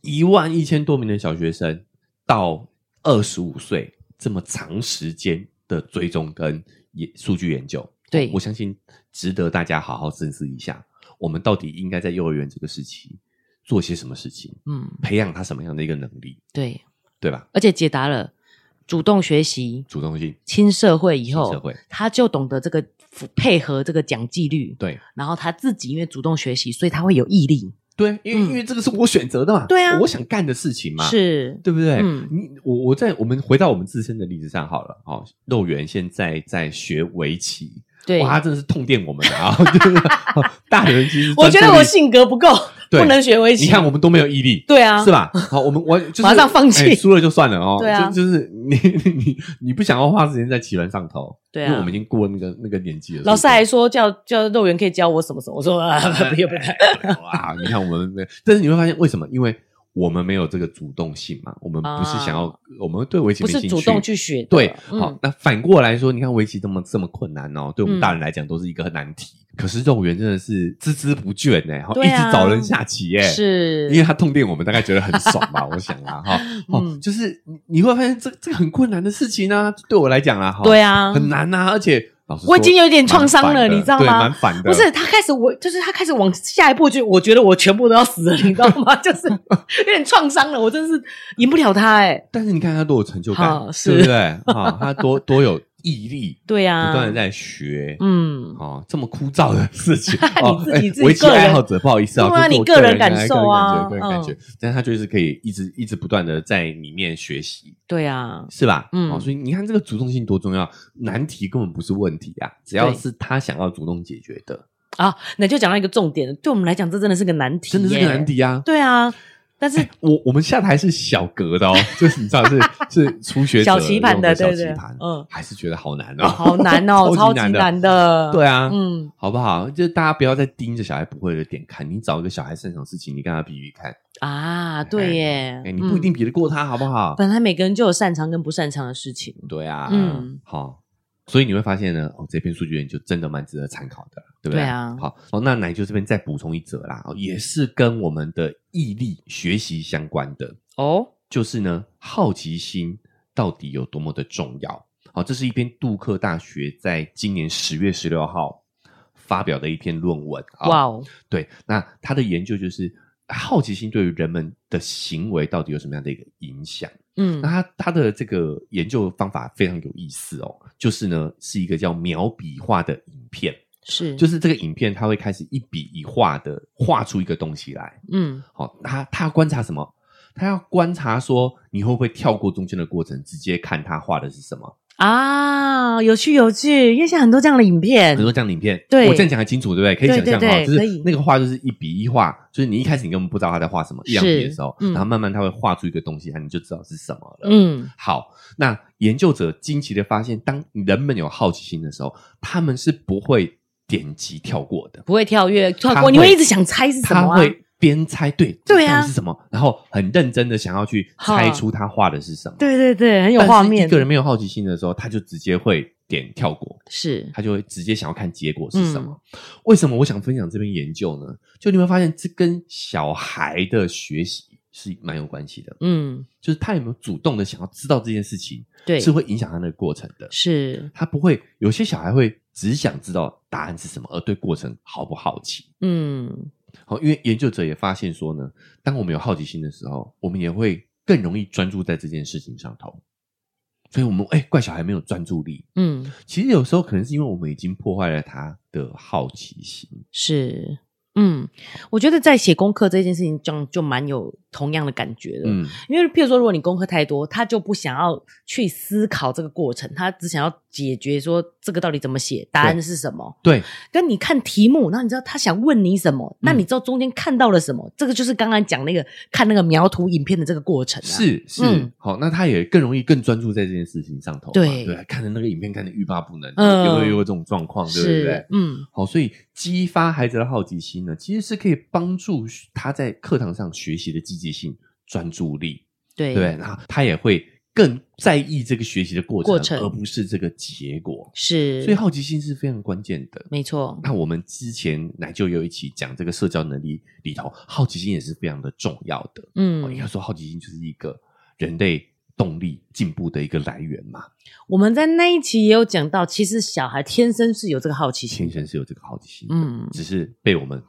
[SPEAKER 3] 一万一千多名的小学生到二十五岁这么长时间的追踪跟也数据研究，
[SPEAKER 2] 对
[SPEAKER 3] 我相信值得大家好好深思一下，我们到底应该在幼儿园这个时期做些什么事情，
[SPEAKER 2] 嗯，
[SPEAKER 3] 培养他什么样的一个能力，
[SPEAKER 2] 对，
[SPEAKER 3] 对吧？
[SPEAKER 2] 而且解答了主动学习、
[SPEAKER 3] 主动性，
[SPEAKER 2] 亲社会以
[SPEAKER 3] 亲社
[SPEAKER 2] 后
[SPEAKER 3] 会，
[SPEAKER 2] 他就懂得这个配合这个讲纪律，
[SPEAKER 3] 对
[SPEAKER 2] 然后他自己因为主动学习，所以他会有毅力，
[SPEAKER 3] 对，因为、
[SPEAKER 2] 嗯
[SPEAKER 3] 因为这个是我选择的嘛，
[SPEAKER 2] 对啊
[SPEAKER 3] 我想干的事情嘛，
[SPEAKER 2] 是，
[SPEAKER 3] 对不对？
[SPEAKER 2] 嗯
[SPEAKER 3] 你我我在我们回到我们自身的例子上好了，哦，肉圆现在在学围棋，
[SPEAKER 2] 对，
[SPEAKER 3] 哇，他真的是痛电我们的啊！ [LAUGHS] 就是哦大人其实
[SPEAKER 2] 我觉得我
[SPEAKER 3] 是
[SPEAKER 2] 性格不够，
[SPEAKER 3] 对
[SPEAKER 2] 不能学围棋。
[SPEAKER 3] 你看我们都没有毅力，
[SPEAKER 2] 对啊，
[SPEAKER 3] 是？吧？好，我们我就是
[SPEAKER 2] 马上放弃
[SPEAKER 3] 哎输了就算了哦。
[SPEAKER 2] 对啊
[SPEAKER 3] 就就是你 [LAUGHS] 你你不想要花时间在棋盘上头，
[SPEAKER 2] 对啊
[SPEAKER 3] 因为我们已经过了那个那个年纪了。
[SPEAKER 2] 老师
[SPEAKER 3] 是不是
[SPEAKER 2] 还说叫叫肉圆可以教我什么什么，我说啊，
[SPEAKER 3] 哎
[SPEAKER 2] 不用不用，
[SPEAKER 3] [LAUGHS] 哇，你看我们没有，但是你会发现为什么？因为我们没有这个主动性嘛，我们不是想要，
[SPEAKER 2] 啊
[SPEAKER 3] 我们对围棋
[SPEAKER 2] 不
[SPEAKER 3] 没
[SPEAKER 2] 是
[SPEAKER 3] 兴趣
[SPEAKER 2] 主动去学的。
[SPEAKER 3] 对，
[SPEAKER 2] 嗯
[SPEAKER 3] 好，，那反过来说，你看围棋这么这么困难哦，对我
[SPEAKER 2] 嗯
[SPEAKER 3] 们大人来讲都是一个难题。可是肉圆真的是孜孜不倦哎，然后
[SPEAKER 2] 对
[SPEAKER 3] 一
[SPEAKER 2] 啊
[SPEAKER 3] 直找人下棋哎，
[SPEAKER 2] 是，
[SPEAKER 3] 因为他痛定我们大概觉得很爽
[SPEAKER 2] [LAUGHS]
[SPEAKER 3] 吧，我想啊哈，哦
[SPEAKER 2] 嗯，
[SPEAKER 3] 就是你你会发现这这个很困难的事情呢，对我来讲啦哈，
[SPEAKER 2] 对啊，
[SPEAKER 3] 很难呐，而且老师
[SPEAKER 2] 我已经有点创伤了，你知道
[SPEAKER 3] 对，
[SPEAKER 2] 吗
[SPEAKER 3] 蛮？烦的，
[SPEAKER 2] 不是，他开始我就是他开始往下一步就，我觉得我全部都要死了，你知道吗？ [LAUGHS] 就是有点创伤了，我真是赢不了他哎。
[SPEAKER 3] 但是你看他多有成就感
[SPEAKER 2] 好，是
[SPEAKER 3] 对不对？啊，他多多有
[SPEAKER 2] [LAUGHS]
[SPEAKER 3] 毅力，
[SPEAKER 2] 对
[SPEAKER 3] 不
[SPEAKER 2] 啊，
[SPEAKER 3] 断的在学，
[SPEAKER 2] 嗯，
[SPEAKER 3] 哦，这么枯
[SPEAKER 2] [LAUGHS]
[SPEAKER 3] 燥的事情，
[SPEAKER 2] 你
[SPEAKER 3] 哦，
[SPEAKER 2] 自己自己
[SPEAKER 3] 围棋
[SPEAKER 2] 个人
[SPEAKER 3] 爱好者，不好意思啊，
[SPEAKER 2] 对啊
[SPEAKER 3] 这是
[SPEAKER 2] 你
[SPEAKER 3] 我
[SPEAKER 2] 个人
[SPEAKER 3] 人
[SPEAKER 2] 感受啊
[SPEAKER 3] 个人感觉，个人感觉，但是他就是可以一直一直不断的在里面学习，
[SPEAKER 2] 对啊，
[SPEAKER 3] 是吧？
[SPEAKER 2] 嗯
[SPEAKER 3] 哦，所以你看这个主动性多重要，难题根本不是问题啊，只要
[SPEAKER 2] 对
[SPEAKER 3] 是他想要主动解决的，
[SPEAKER 2] 啊，那就讲到一个重点，对我们来讲，这真的是个难题，
[SPEAKER 3] 真的是个难。题啊。
[SPEAKER 2] 对啊，但是
[SPEAKER 3] 我我们下台是小格的哦， [LAUGHS] 就是你知道是是初学者
[SPEAKER 2] 小棋盘的
[SPEAKER 3] 用小
[SPEAKER 2] 对
[SPEAKER 3] 棋
[SPEAKER 2] 对
[SPEAKER 3] 盘，
[SPEAKER 2] 嗯
[SPEAKER 3] 嗯，还是觉得好难哦，
[SPEAKER 2] 好难哦，超
[SPEAKER 3] [LAUGHS] 超
[SPEAKER 2] 级
[SPEAKER 3] 级
[SPEAKER 2] 难
[SPEAKER 3] 的，
[SPEAKER 2] 的。
[SPEAKER 3] 对啊，
[SPEAKER 2] 嗯，
[SPEAKER 3] 好不好？就大家不要再盯着小孩不会的点看，你找一个小孩擅长的事情，你跟他比比看，
[SPEAKER 2] 啊，对耶，
[SPEAKER 3] 哎、你不一定
[SPEAKER 2] 嗯。
[SPEAKER 3] 比得过他，好不好？
[SPEAKER 2] 本来每个人就有擅长跟不擅长的事情，
[SPEAKER 3] 对啊，
[SPEAKER 2] 嗯
[SPEAKER 3] 嗯，好。所以你会发现呢，哦，这篇数据研究真的蛮值得参考的，对不
[SPEAKER 2] 对啊
[SPEAKER 3] 好，哦，那奶就这边再补充一则啦，哦，也是跟我们的毅力、学习相关的，
[SPEAKER 2] 哦，
[SPEAKER 3] 就是呢，好奇心到底有多么的重要。好，这是一篇杜克大学在今年十月十六号发表的一篇论文啊。
[SPEAKER 2] 哇哦，
[SPEAKER 3] 对，那他的研究就是好奇心对于人们的行为到底有什么样的一个影响。
[SPEAKER 2] 嗯
[SPEAKER 3] 那，他他的这个研究方法非常有意思哦，就是呢是一个叫描笔画的影片，
[SPEAKER 2] 是
[SPEAKER 3] 就是这个影片，它会开始一笔一画的画出一个东西来。
[SPEAKER 2] 嗯
[SPEAKER 3] 好、他他要观察什么？他要观察说你会不会跳过中间的过程，直接看他画的是什么。
[SPEAKER 2] 啊，有趣有趣，因为现在很多这样的影片
[SPEAKER 3] 很，多这样的影片，
[SPEAKER 2] 嗯对
[SPEAKER 3] 我这样讲还清楚，对不对？可以
[SPEAKER 2] 对
[SPEAKER 3] 想象
[SPEAKER 2] 对
[SPEAKER 3] 哈，
[SPEAKER 2] 对
[SPEAKER 3] 就
[SPEAKER 2] 可
[SPEAKER 3] 是
[SPEAKER 2] 以
[SPEAKER 3] 那个画就是一笔一画，就是你一开始你根本不知道他在画什么，一两笔的时候，
[SPEAKER 2] 嗯
[SPEAKER 3] 然后慢慢他会画出一个东西，你就知道是什么了。
[SPEAKER 2] 嗯
[SPEAKER 3] 好，那研究者惊奇的发现，当人们有好奇心的时候，他们是不会点击跳过的，
[SPEAKER 2] 不会跳跃跳
[SPEAKER 3] 他
[SPEAKER 2] 过，
[SPEAKER 3] 会
[SPEAKER 2] 你会一直想猜是什
[SPEAKER 3] 他
[SPEAKER 2] 么啊？
[SPEAKER 3] 会边猜对
[SPEAKER 2] 对
[SPEAKER 3] 这
[SPEAKER 2] 啊
[SPEAKER 3] 到底是什么，然后很认真的想要去
[SPEAKER 2] 好
[SPEAKER 3] 猜出他画的是什么。
[SPEAKER 2] 对对对，很有
[SPEAKER 3] 但是
[SPEAKER 2] 画面，
[SPEAKER 3] 一个人没有好奇心的时候，他就直接会点跳过，
[SPEAKER 2] 是
[SPEAKER 3] 他就会直接想要看结果是什么。为什么我想分享这篇研究呢？就你会发现，这跟小孩的学习是蛮有关系的。
[SPEAKER 2] 嗯
[SPEAKER 3] 就是他有没有主动的想要知道这件事情，
[SPEAKER 2] 对
[SPEAKER 3] 是会影响他那个过程的。
[SPEAKER 2] 是
[SPEAKER 3] 他不会，有些小孩会只想知道答案是什么，而对过程毫不好奇。
[SPEAKER 2] 嗯
[SPEAKER 3] 好，因为研究者也发现说呢，当我们有好奇心的时候，我们也会更容易专注在这件事情上头。所以，我们哎、怪小孩没有专注力。
[SPEAKER 2] 嗯
[SPEAKER 3] 其实有时候可能是因为我们已经破坏了他的好奇心。
[SPEAKER 2] 是。嗯，我觉得在写功课这件事情上就蛮有同样的感觉的，
[SPEAKER 3] 嗯，
[SPEAKER 2] 因为譬如说，如果你功课太多，他就不想要去思考这个过程，他只想要解决说这个到底怎么写，答案是什么。
[SPEAKER 3] 对，
[SPEAKER 2] 跟你看题目，然后你知道他想问你什么，
[SPEAKER 3] 嗯
[SPEAKER 2] 那你知道中间看到了什么，这个就是刚刚讲那个看那个描图影片的这个过程、啊。，
[SPEAKER 3] 是是、
[SPEAKER 2] 嗯
[SPEAKER 3] 好，那他也更容易更专注在这件事情上头嘛。
[SPEAKER 2] 对
[SPEAKER 3] 对，看着那个影片看得欲罢不能，
[SPEAKER 2] 嗯
[SPEAKER 3] 有有有这种状况，对不
[SPEAKER 2] 是，
[SPEAKER 3] 对？
[SPEAKER 2] 嗯，
[SPEAKER 3] 好，所以激发孩子的好奇心呢，其实是可以帮助他在课堂上学习的积极性、专注力，
[SPEAKER 2] 对，
[SPEAKER 3] 对不对，然后他也会更在意这个学习的过程，
[SPEAKER 2] 过程
[SPEAKER 3] 而不是这个结果。
[SPEAKER 2] 是，
[SPEAKER 3] 所以好奇心是非常关键的。
[SPEAKER 2] 没错，
[SPEAKER 3] 那我们之前奶就有一起讲这个社交能力里头，好奇心也是非常的重要的。哦应
[SPEAKER 2] 嗯
[SPEAKER 3] 该，说，好奇心就是一个人类动力进步的一个来源嘛，
[SPEAKER 2] 我们在那一期也有讲到，其实小孩天生是有这个好奇
[SPEAKER 3] 天
[SPEAKER 2] 心。
[SPEAKER 3] 生是有这个好奇心的，
[SPEAKER 2] 嗯
[SPEAKER 3] 只是被我们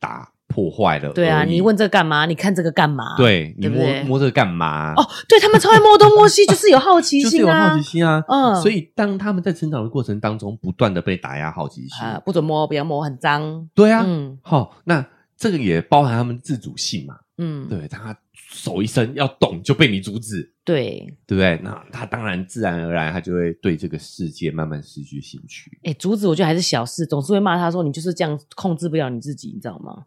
[SPEAKER 3] 打破坏了而已。
[SPEAKER 2] 对啊，你问这个干嘛？你看这个干嘛？，
[SPEAKER 3] 对你
[SPEAKER 2] 对不
[SPEAKER 3] 摸
[SPEAKER 2] 对
[SPEAKER 3] 摸这个干嘛？
[SPEAKER 2] 哦，对他们超爱摸东摸
[SPEAKER 3] [LAUGHS]
[SPEAKER 2] 西，就是有好奇
[SPEAKER 3] 就是
[SPEAKER 2] 心
[SPEAKER 3] 有
[SPEAKER 2] 啊
[SPEAKER 3] 好奇，心啊。
[SPEAKER 2] 嗯
[SPEAKER 3] 所以当他们在成长的过程当中，不断的被打压好奇心，
[SPEAKER 2] 啊，不准摸，不要摸，很脏。
[SPEAKER 3] 对啊，
[SPEAKER 2] 嗯
[SPEAKER 3] 好、那这个也包含他们自主性嘛。
[SPEAKER 2] 嗯，
[SPEAKER 3] 对，他手一伸要动就被你阻止，
[SPEAKER 2] 对，
[SPEAKER 3] 对不对？那他当然自然而然他就会对这个世界慢慢失去兴趣。
[SPEAKER 2] 哎、阻止我觉得还是小事，总是会骂他说你就是这样控制不了你自己，你知道吗？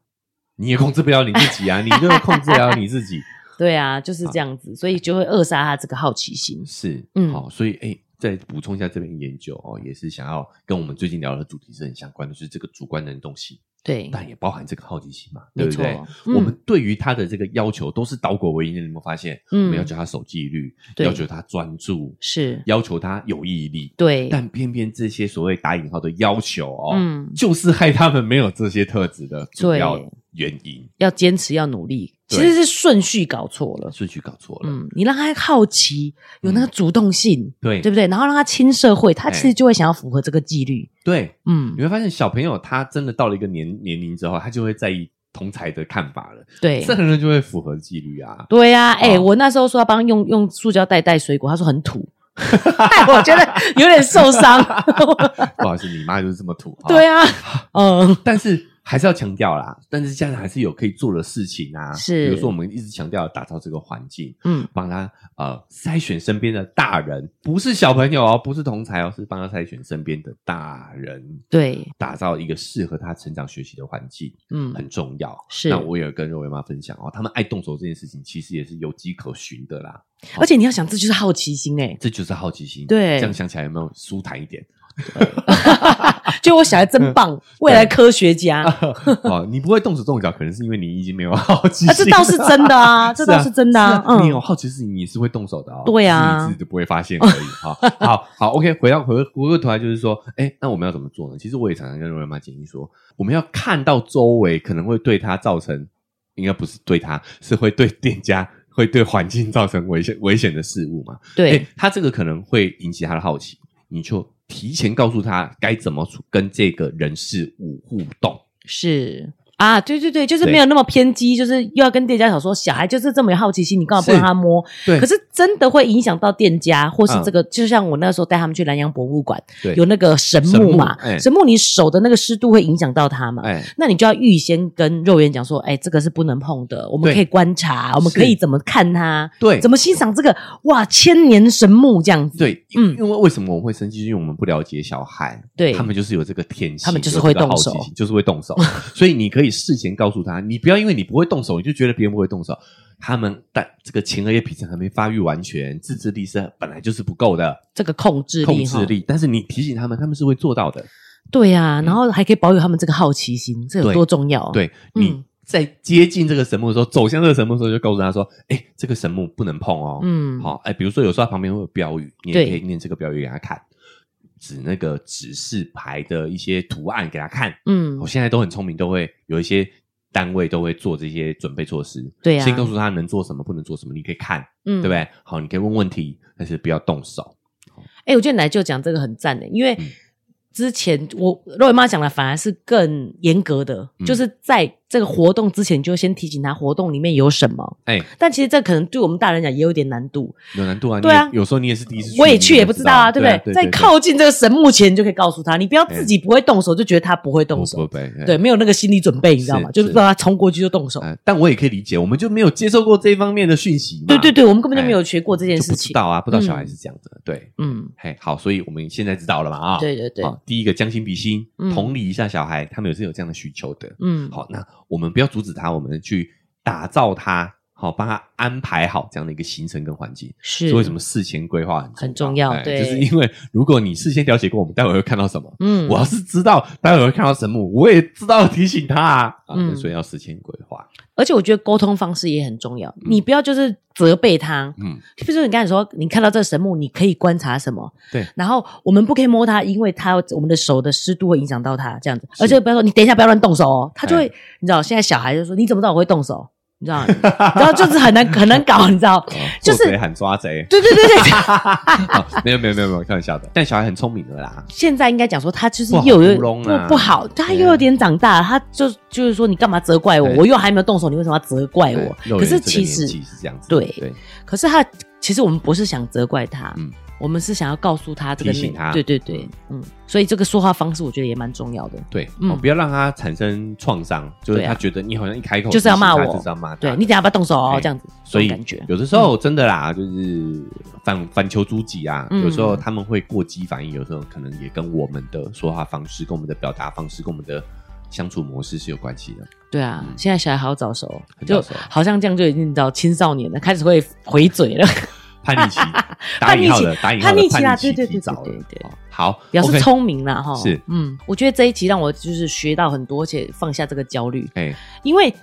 [SPEAKER 3] 你也控制不了你自己啊，你就控制了你自己。
[SPEAKER 2] 对啊，就是这样子，所以就会扼杀他这个好奇心。
[SPEAKER 3] 是，
[SPEAKER 2] [LAUGHS] 嗯
[SPEAKER 3] 好，所以哎、再补充一下这边研究哦，也是想要跟我们最近聊的主题是很相关的，就是这个主观能动性，
[SPEAKER 2] 对，
[SPEAKER 3] 但也包含这个好奇心嘛，
[SPEAKER 2] 没
[SPEAKER 3] 对不
[SPEAKER 2] 错
[SPEAKER 3] 对？，
[SPEAKER 2] 嗯
[SPEAKER 3] 我们对于他的这个要求都是导果为因的，你有没有发现？
[SPEAKER 2] 嗯
[SPEAKER 3] 我们要求他守纪律，
[SPEAKER 2] 对
[SPEAKER 3] 要求他专注，
[SPEAKER 2] 是
[SPEAKER 3] 要求他有毅力。
[SPEAKER 2] 对，
[SPEAKER 3] 但偏偏这些所谓打引号的要求哦，
[SPEAKER 2] 嗯
[SPEAKER 3] 就是害他们没有这些特质的主
[SPEAKER 2] 对
[SPEAKER 3] 要原因。
[SPEAKER 2] 要坚持，要努力，其
[SPEAKER 3] 对
[SPEAKER 2] 实是顺序搞错了。
[SPEAKER 3] 顺序搞错了，嗯
[SPEAKER 2] 嗯，你让他好奇，有那个主动性，
[SPEAKER 3] 对
[SPEAKER 2] 对不对？然后让他亲社会，他其
[SPEAKER 3] 哎
[SPEAKER 2] 实就会想要符合这个纪律。
[SPEAKER 3] 对，
[SPEAKER 2] 嗯
[SPEAKER 3] 你，会发现小朋友他真的到了一个年年龄之后，他就会在意同才的看法了，
[SPEAKER 2] 对
[SPEAKER 3] 这，个人就会符合纪律 [LAUGHS] 啊。
[SPEAKER 2] 对呀、啊，哎、
[SPEAKER 3] 哦
[SPEAKER 2] 我那时候说要帮用用塑胶袋带水果，他说很土， [LAUGHS] 害我觉得有点受
[SPEAKER 3] [LAUGHS]
[SPEAKER 2] 伤。
[SPEAKER 3] 不好意思，你妈就是这么土。
[SPEAKER 2] 对
[SPEAKER 3] 啊，
[SPEAKER 2] 啊，嗯，
[SPEAKER 3] 但是还是要强调啦，但是家长还是有可以做的事情啊，
[SPEAKER 2] 是
[SPEAKER 3] 比如说我们一直强调打造这个环境，
[SPEAKER 2] 嗯，
[SPEAKER 3] 帮他呃筛选身边的大人，不是小朋友哦，不是同才哦，是帮他筛选身边的大人，
[SPEAKER 2] 对，
[SPEAKER 3] 打造一个适合他成长学习的环境，
[SPEAKER 2] 嗯，
[SPEAKER 3] 很重要。
[SPEAKER 2] 是
[SPEAKER 3] 哎那我也跟肉圆妈分享哦，他们爱动手这件事情，其实也是有迹可循的啦。
[SPEAKER 2] 而且你要想，这就是好奇心哎、
[SPEAKER 3] 这就是好奇心。
[SPEAKER 2] 对
[SPEAKER 3] 这样想起来有没有舒坦一点？ [LAUGHS] 啊
[SPEAKER 2] 就我小孩真
[SPEAKER 3] 嗯
[SPEAKER 2] 棒，未来科学家啊，
[SPEAKER 3] 哦，你不会动手动脚，可能是因为你已经没有好奇心。
[SPEAKER 2] 啊这倒是真的啊，这
[SPEAKER 3] [LAUGHS] 是啊
[SPEAKER 2] 倒是真的啊，
[SPEAKER 3] 是啊你有
[SPEAKER 2] 嗯，
[SPEAKER 3] 好奇心，你是会动手的哦。
[SPEAKER 2] 对啊
[SPEAKER 3] 只是你自己都不会发现而已
[SPEAKER 2] [LAUGHS]
[SPEAKER 3] 哈。好好，OK，回到回回过头来，就是说，哎，那我们要怎么做呢？其实我也常常跟瑞瑞妈建议说，我们要看到周围可能会对他造成，应该不是对他，是会对店家。会对环境造成危险危险的事物嘛？
[SPEAKER 2] 对
[SPEAKER 3] 欸，他这个可能会引起他的好奇，你就提前告诉他该怎么处跟这个人事物互动。
[SPEAKER 2] 是啊，对对对，就是没有那么偏激，就是又要跟店家讲说，小孩就是这么有好奇心，你干嘛不让他摸？
[SPEAKER 3] 对，
[SPEAKER 2] 可是真的会影响到店家，或是
[SPEAKER 3] 嗯
[SPEAKER 2] 这个，就像我那时候带他们去南洋博物馆，
[SPEAKER 3] 对
[SPEAKER 2] 有那个神
[SPEAKER 3] 神
[SPEAKER 2] 木
[SPEAKER 3] 木
[SPEAKER 2] 嘛，
[SPEAKER 3] 哎
[SPEAKER 2] 神木你手的那个湿度会影响到它嘛，
[SPEAKER 3] 哎，
[SPEAKER 2] 那你就要预先跟肉圆讲说，哎，这个是不能碰的，我们
[SPEAKER 3] 对
[SPEAKER 2] 可以观察，我们
[SPEAKER 3] 是
[SPEAKER 2] 可以怎么看它，
[SPEAKER 3] 对
[SPEAKER 2] 怎么欣赏这个哇千年神木这样子，
[SPEAKER 3] 对，
[SPEAKER 2] 嗯
[SPEAKER 3] 嗯，因为为什么我们会生气？因为我们不了解小孩，
[SPEAKER 2] 对
[SPEAKER 3] 他们就是有这个天性，
[SPEAKER 2] 他们就是
[SPEAKER 3] 有这
[SPEAKER 2] 会
[SPEAKER 3] 个
[SPEAKER 2] 动
[SPEAKER 3] 好奇
[SPEAKER 2] 手
[SPEAKER 3] 心就是
[SPEAKER 2] [LAUGHS]
[SPEAKER 3] 会动手。所以你可以事前告诉他，你不要因为你不会动手，你就觉得别人不会动手。他们但这个前额叶皮层还没发育完全，自制力是本来就是不够的，
[SPEAKER 2] 这个控制力
[SPEAKER 3] 控制
[SPEAKER 2] 哈
[SPEAKER 3] 力。但是你提醒他们，他们是会做到的。
[SPEAKER 2] 对呀、然后还可以保有他们这个好奇心，这有
[SPEAKER 3] 嗯对
[SPEAKER 2] 多重要？，
[SPEAKER 3] 对
[SPEAKER 2] 嗯
[SPEAKER 3] 你在接近这个神木的时候，走向这个神木的时候，就告诉他说：“哎，这个神木不能碰哦。”
[SPEAKER 2] 嗯，
[SPEAKER 3] 好，哎，比如说有时候它旁边会有标语，你也
[SPEAKER 2] 对
[SPEAKER 3] 可以念这个标语给他看，指那个指示牌的一些图案给他看。
[SPEAKER 2] 嗯
[SPEAKER 3] 我、，现在都很聪明，都会有一些单位都会做这些准备措施。
[SPEAKER 2] 对啊
[SPEAKER 3] 先告诉他能做什么，不能做什么，你可以看，
[SPEAKER 2] 嗯
[SPEAKER 3] 对不？对？好，你可以问问题，但是不要动手。
[SPEAKER 2] 哎、我觉得奶舅讲这个很赞的，欸因为
[SPEAKER 3] 嗯
[SPEAKER 2] 之前我肉圆妈讲的反而是更严格的，
[SPEAKER 3] 嗯
[SPEAKER 2] 就是在这个活动之前就先提醒他活动里面有什么。
[SPEAKER 3] 哎、
[SPEAKER 2] 但其实这可能对我们大人讲也有点难度，
[SPEAKER 3] 有难度啊！
[SPEAKER 2] 对啊
[SPEAKER 3] 你也有时候你也是第一次去，
[SPEAKER 2] 我也
[SPEAKER 3] 你
[SPEAKER 2] 去也不知道啊，对
[SPEAKER 3] 对哎
[SPEAKER 2] 不对？
[SPEAKER 3] 啊
[SPEAKER 2] 在靠近这个神木前，你就可以告诉他，你不要自己不会动手就觉得他不会动
[SPEAKER 3] 不
[SPEAKER 2] 手，
[SPEAKER 3] 不哎不
[SPEAKER 2] 对，没有那个心理准备，你知道吗？
[SPEAKER 3] 是
[SPEAKER 2] 就是不
[SPEAKER 3] 是
[SPEAKER 2] 知道他冲过去就动手，
[SPEAKER 3] 呃，但我也可以理解，我们就没有接受过这方面的讯息嘛。
[SPEAKER 2] 对对对，我们根本就没有
[SPEAKER 3] 哎
[SPEAKER 2] 学过这件
[SPEAKER 3] 就
[SPEAKER 2] 事
[SPEAKER 3] 不知
[SPEAKER 2] 情，
[SPEAKER 3] 道啊，不知道小孩
[SPEAKER 2] 嗯
[SPEAKER 3] 是这样的。对，
[SPEAKER 2] 嗯，
[SPEAKER 3] 嘿，好，所以我们现在知道了嘛啊、
[SPEAKER 2] 对对对，
[SPEAKER 3] 好，第一个将心比心
[SPEAKER 2] 嗯，
[SPEAKER 3] 同理一下小孩，他们有是有这样的需求的。
[SPEAKER 2] 嗯，
[SPEAKER 3] 好，那我们不要阻止他，我们去打造他，好，帮他安排好这样的一个行程跟环境。
[SPEAKER 2] 是
[SPEAKER 3] 所以为什么？事前规划
[SPEAKER 2] 嗯很
[SPEAKER 3] 很
[SPEAKER 2] 重
[SPEAKER 3] 重
[SPEAKER 2] 要
[SPEAKER 3] 哎
[SPEAKER 2] 对
[SPEAKER 3] 就是因为如果你事先了解过，我们待会会看到什么。
[SPEAKER 2] 嗯，
[SPEAKER 3] 我要是知道待会会看到神木，我也知道提醒他啊，啊
[SPEAKER 2] 嗯
[SPEAKER 3] 那所以要事先规划。
[SPEAKER 2] 而且我觉得沟通方式也很重要，你不要就是责备他。
[SPEAKER 3] 嗯，
[SPEAKER 2] 比如说，你刚才说你看到这个神木，你可以观察什么？
[SPEAKER 3] 对
[SPEAKER 2] 然后我们不可以摸它，因为它我们的手的湿度会影响到它这样子。
[SPEAKER 3] 是
[SPEAKER 2] 而且不要说你等一下不要乱动手哦，他就会
[SPEAKER 3] 哎
[SPEAKER 2] 你知道，现在小孩就说你怎么知道我会动手？你知道，然后就是很难
[SPEAKER 3] [LAUGHS]
[SPEAKER 2] 很难搞，你知道？
[SPEAKER 3] 哦
[SPEAKER 2] 就是
[SPEAKER 3] 做贼喊抓贼。
[SPEAKER 2] 对对对
[SPEAKER 3] [LAUGHS]
[SPEAKER 2] 对，
[SPEAKER 3] 啊，没有没有没有没有，开玩笑的。但小孩很聪明的啦，
[SPEAKER 2] 现在应该讲说他就是
[SPEAKER 3] 不好
[SPEAKER 2] 又有
[SPEAKER 3] 糊弄
[SPEAKER 2] 不
[SPEAKER 3] 啊
[SPEAKER 2] 不好，他
[SPEAKER 3] 对
[SPEAKER 2] 又有点长大，他就就是说你干嘛责怪我？
[SPEAKER 3] 对
[SPEAKER 2] 我又还没有动手，你为什么要责怪我？
[SPEAKER 3] 肉
[SPEAKER 2] 可
[SPEAKER 3] 圆
[SPEAKER 2] 是
[SPEAKER 3] 这个
[SPEAKER 2] 其
[SPEAKER 3] 年
[SPEAKER 2] 实
[SPEAKER 3] 纪是这样子，
[SPEAKER 2] 对
[SPEAKER 3] 对，
[SPEAKER 2] 可是他其实我们不是想责怪他，
[SPEAKER 3] 嗯
[SPEAKER 2] 我们是想要告诉他这个
[SPEAKER 3] 提醒他
[SPEAKER 2] 对对对，嗯，所以这个说话方式我觉得也蛮重要的。
[SPEAKER 3] 对，
[SPEAKER 2] 嗯
[SPEAKER 3] 哦，不要让他产生创伤，就是
[SPEAKER 2] 对啊
[SPEAKER 3] 他觉得你好像一开口
[SPEAKER 2] 就是要骂
[SPEAKER 3] 提醒
[SPEAKER 2] 我
[SPEAKER 3] 他就是要骂他，
[SPEAKER 2] 对你等一下要不要动手哦
[SPEAKER 3] 哎，
[SPEAKER 2] 这样子，
[SPEAKER 3] 所以
[SPEAKER 2] 这种感觉
[SPEAKER 3] 有的时候真的啦，就是反反求诸己啊，
[SPEAKER 2] 嗯
[SPEAKER 3] 有时候他们会过激反应，有时候可能也跟我们的说话方式、跟我们的表达方式、跟我们的相处模式是有关系的。
[SPEAKER 2] 对啊，
[SPEAKER 3] 嗯
[SPEAKER 2] 现在小孩好早熟，
[SPEAKER 3] 很
[SPEAKER 2] 就
[SPEAKER 3] 早熟
[SPEAKER 2] 好像这样就已经到青少年了，开始会回嘴
[SPEAKER 3] [LAUGHS]
[SPEAKER 2] 了，，
[SPEAKER 3] 叛逆期
[SPEAKER 2] [LAUGHS]
[SPEAKER 3] 打引号的，打
[SPEAKER 2] 叛逆期叛逆
[SPEAKER 3] 引号的
[SPEAKER 2] 期啊
[SPEAKER 3] 叛逆
[SPEAKER 2] 对
[SPEAKER 3] 期
[SPEAKER 2] 对对
[SPEAKER 3] 提早
[SPEAKER 2] 对
[SPEAKER 3] 了
[SPEAKER 2] 对对。
[SPEAKER 3] 哦好，
[SPEAKER 2] 表
[SPEAKER 3] OK
[SPEAKER 2] 示聪明啦哈。
[SPEAKER 3] 是
[SPEAKER 2] 嗯，我觉得这一集让我就是学到很多，而且放下这个焦虑，
[SPEAKER 3] 哎，
[SPEAKER 2] 因为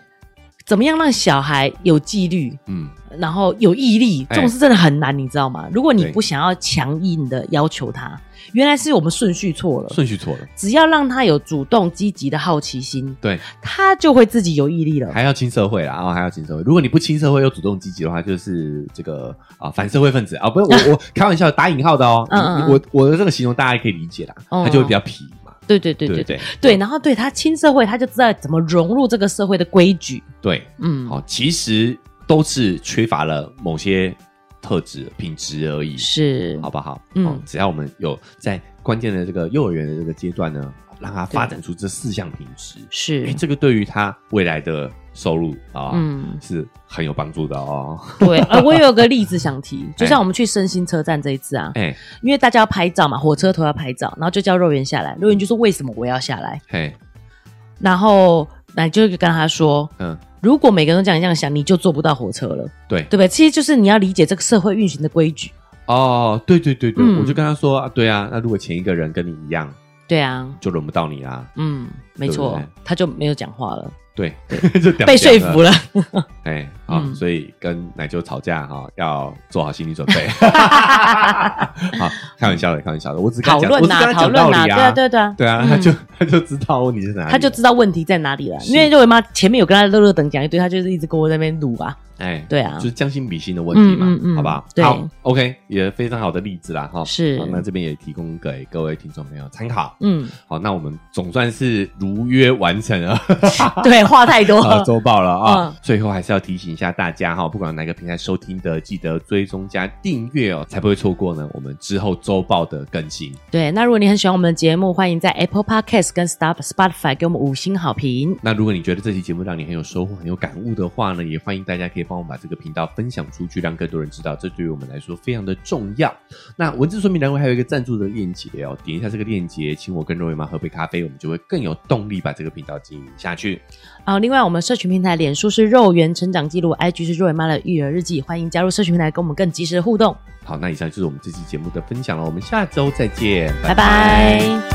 [SPEAKER 2] 怎么样让小孩有纪律，
[SPEAKER 3] 嗯，
[SPEAKER 2] 然后有毅力，这
[SPEAKER 3] 哎
[SPEAKER 2] 种事真的很难，你知道吗？如果你
[SPEAKER 3] 对
[SPEAKER 2] 不想要强硬的要求他，原来是我们顺序错了。
[SPEAKER 3] 顺序错了，
[SPEAKER 2] 只要让他有主动积极的好奇心，
[SPEAKER 3] 对。哎
[SPEAKER 2] 他就会自己有毅力了。
[SPEAKER 3] 还要亲社会啦，啊、还要亲社会。如果你不亲社会又主动积极的话，就是这个啊反社会分子啊，不是
[SPEAKER 2] [LAUGHS]
[SPEAKER 3] 我我开玩笑打引号的哦。
[SPEAKER 2] 嗯嗯嗯
[SPEAKER 3] 我我的这个形容大家可以理解啦，
[SPEAKER 2] 嗯
[SPEAKER 3] 他就会比较皮嘛。
[SPEAKER 2] 对对对
[SPEAKER 3] 对
[SPEAKER 2] 对
[SPEAKER 3] 对
[SPEAKER 2] 对，然后对他亲社会，他就知道怎么融入这个社会的规矩。
[SPEAKER 3] 对，
[SPEAKER 2] 嗯，
[SPEAKER 3] 好、其实都是缺乏了某些特质品质而已，
[SPEAKER 2] 是
[SPEAKER 3] 好不好？
[SPEAKER 2] 嗯
[SPEAKER 3] 嗯、只要我们有在关键的这个幼儿园的这个阶段呢，让他发展出这四项品质，
[SPEAKER 2] 是
[SPEAKER 3] 哎，，这个对于他未来的收入啊。
[SPEAKER 2] 嗯，
[SPEAKER 3] 是很有帮助的哦，
[SPEAKER 2] 对。呃，我有个例子想
[SPEAKER 3] [LAUGHS]
[SPEAKER 2] 提，就像我们去身心车站这一次啊，
[SPEAKER 3] 哎、
[SPEAKER 2] 因为大家要拍照嘛，火车头要拍照，然后就叫肉圆下来，肉圆就说为什么我要下来？
[SPEAKER 3] 嘿，
[SPEAKER 2] 然后那就跟他说，
[SPEAKER 3] 嗯，
[SPEAKER 2] 如果每个人都这样这样想，你就坐不到火车了，
[SPEAKER 3] 对
[SPEAKER 2] 对，不对？其实就是你要理解这个社会运行的规矩，
[SPEAKER 3] 哦，对对对对，
[SPEAKER 2] 嗯
[SPEAKER 3] 我就跟他说啊，对啊，那如果前一个人跟你一样，
[SPEAKER 2] 对啊，
[SPEAKER 3] 就轮不到你啦。
[SPEAKER 2] 嗯，没错，
[SPEAKER 3] 对不对
[SPEAKER 2] 他就没有讲话了，
[SPEAKER 3] 对， [LAUGHS] 就屌屌的
[SPEAKER 2] 被说服。了。
[SPEAKER 3] 哎，啊，
[SPEAKER 2] 嗯
[SPEAKER 3] 所以跟奶舅吵架哈，要做好心理准
[SPEAKER 2] [LAUGHS]
[SPEAKER 3] 备。好，开玩笑的，开玩笑的，我只跟他
[SPEAKER 2] [LAUGHS] 讨
[SPEAKER 3] 讲，
[SPEAKER 2] 论
[SPEAKER 3] 我只跟
[SPEAKER 2] 呐，
[SPEAKER 3] 他
[SPEAKER 2] 讨
[SPEAKER 3] 讲
[SPEAKER 2] 论
[SPEAKER 3] 道
[SPEAKER 2] 呐，
[SPEAKER 3] 理
[SPEAKER 2] 对啊，
[SPEAKER 3] 啊，
[SPEAKER 2] 对啊对啊，
[SPEAKER 3] 对啊，
[SPEAKER 2] 嗯
[SPEAKER 3] 他就 [LAUGHS] 他就知道问题是哪里了，
[SPEAKER 2] 他就知道问题在哪里了。
[SPEAKER 3] 是
[SPEAKER 2] 因为肉圆妈前面有跟他乐乐等讲一堆，他就是一直跟我在那边撸啊，
[SPEAKER 3] 哎，
[SPEAKER 2] 对啊
[SPEAKER 3] 就是将心比心的问题嘛，
[SPEAKER 2] 嗯嗯嗯
[SPEAKER 3] 好不好？
[SPEAKER 2] 对
[SPEAKER 3] 好，OK，也非常好的例子啦，哈。
[SPEAKER 2] 是
[SPEAKER 3] 好那这边也提供给各位听众朋友参考。 [LAUGHS]
[SPEAKER 2] 嗯，
[SPEAKER 3] 好，那我们总算是如约完成了。
[SPEAKER 2] 对，话太多
[SPEAKER 3] 啊，
[SPEAKER 2] 了，
[SPEAKER 3] 周报了啊、
[SPEAKER 2] 嗯
[SPEAKER 3] 最后还是要提醒一下大家哈，不管哪个平台收听的，记得追踪加订阅哦，才不会错过呢我们之后周报的更新。
[SPEAKER 2] 对，那如果你很喜欢我们的节目，欢迎在 Apple Podcast 跟 Star Spotify 给我们五星好评。
[SPEAKER 3] 那如果你觉得这期节目让你很有收获、很有感悟的话呢，也欢迎大家可以帮我们把这个频道分享出去，让更多人知道，这对于我们来说非常的重要。那文字说明栏位还有一个赞助的链接哦，点一下这个链接，请我跟肉圆妈喝杯咖啡，我们就会更有动力把这个频道经营下去。
[SPEAKER 2] 哦，另外我们社群平台脸书是肉圆成长记录，IG 是肉圆妈的育儿日记，欢迎加入社群平台跟我们更及时的互动，
[SPEAKER 3] 好，那以上就是我们这期节目的分享了，我们下周再见，
[SPEAKER 2] 拜拜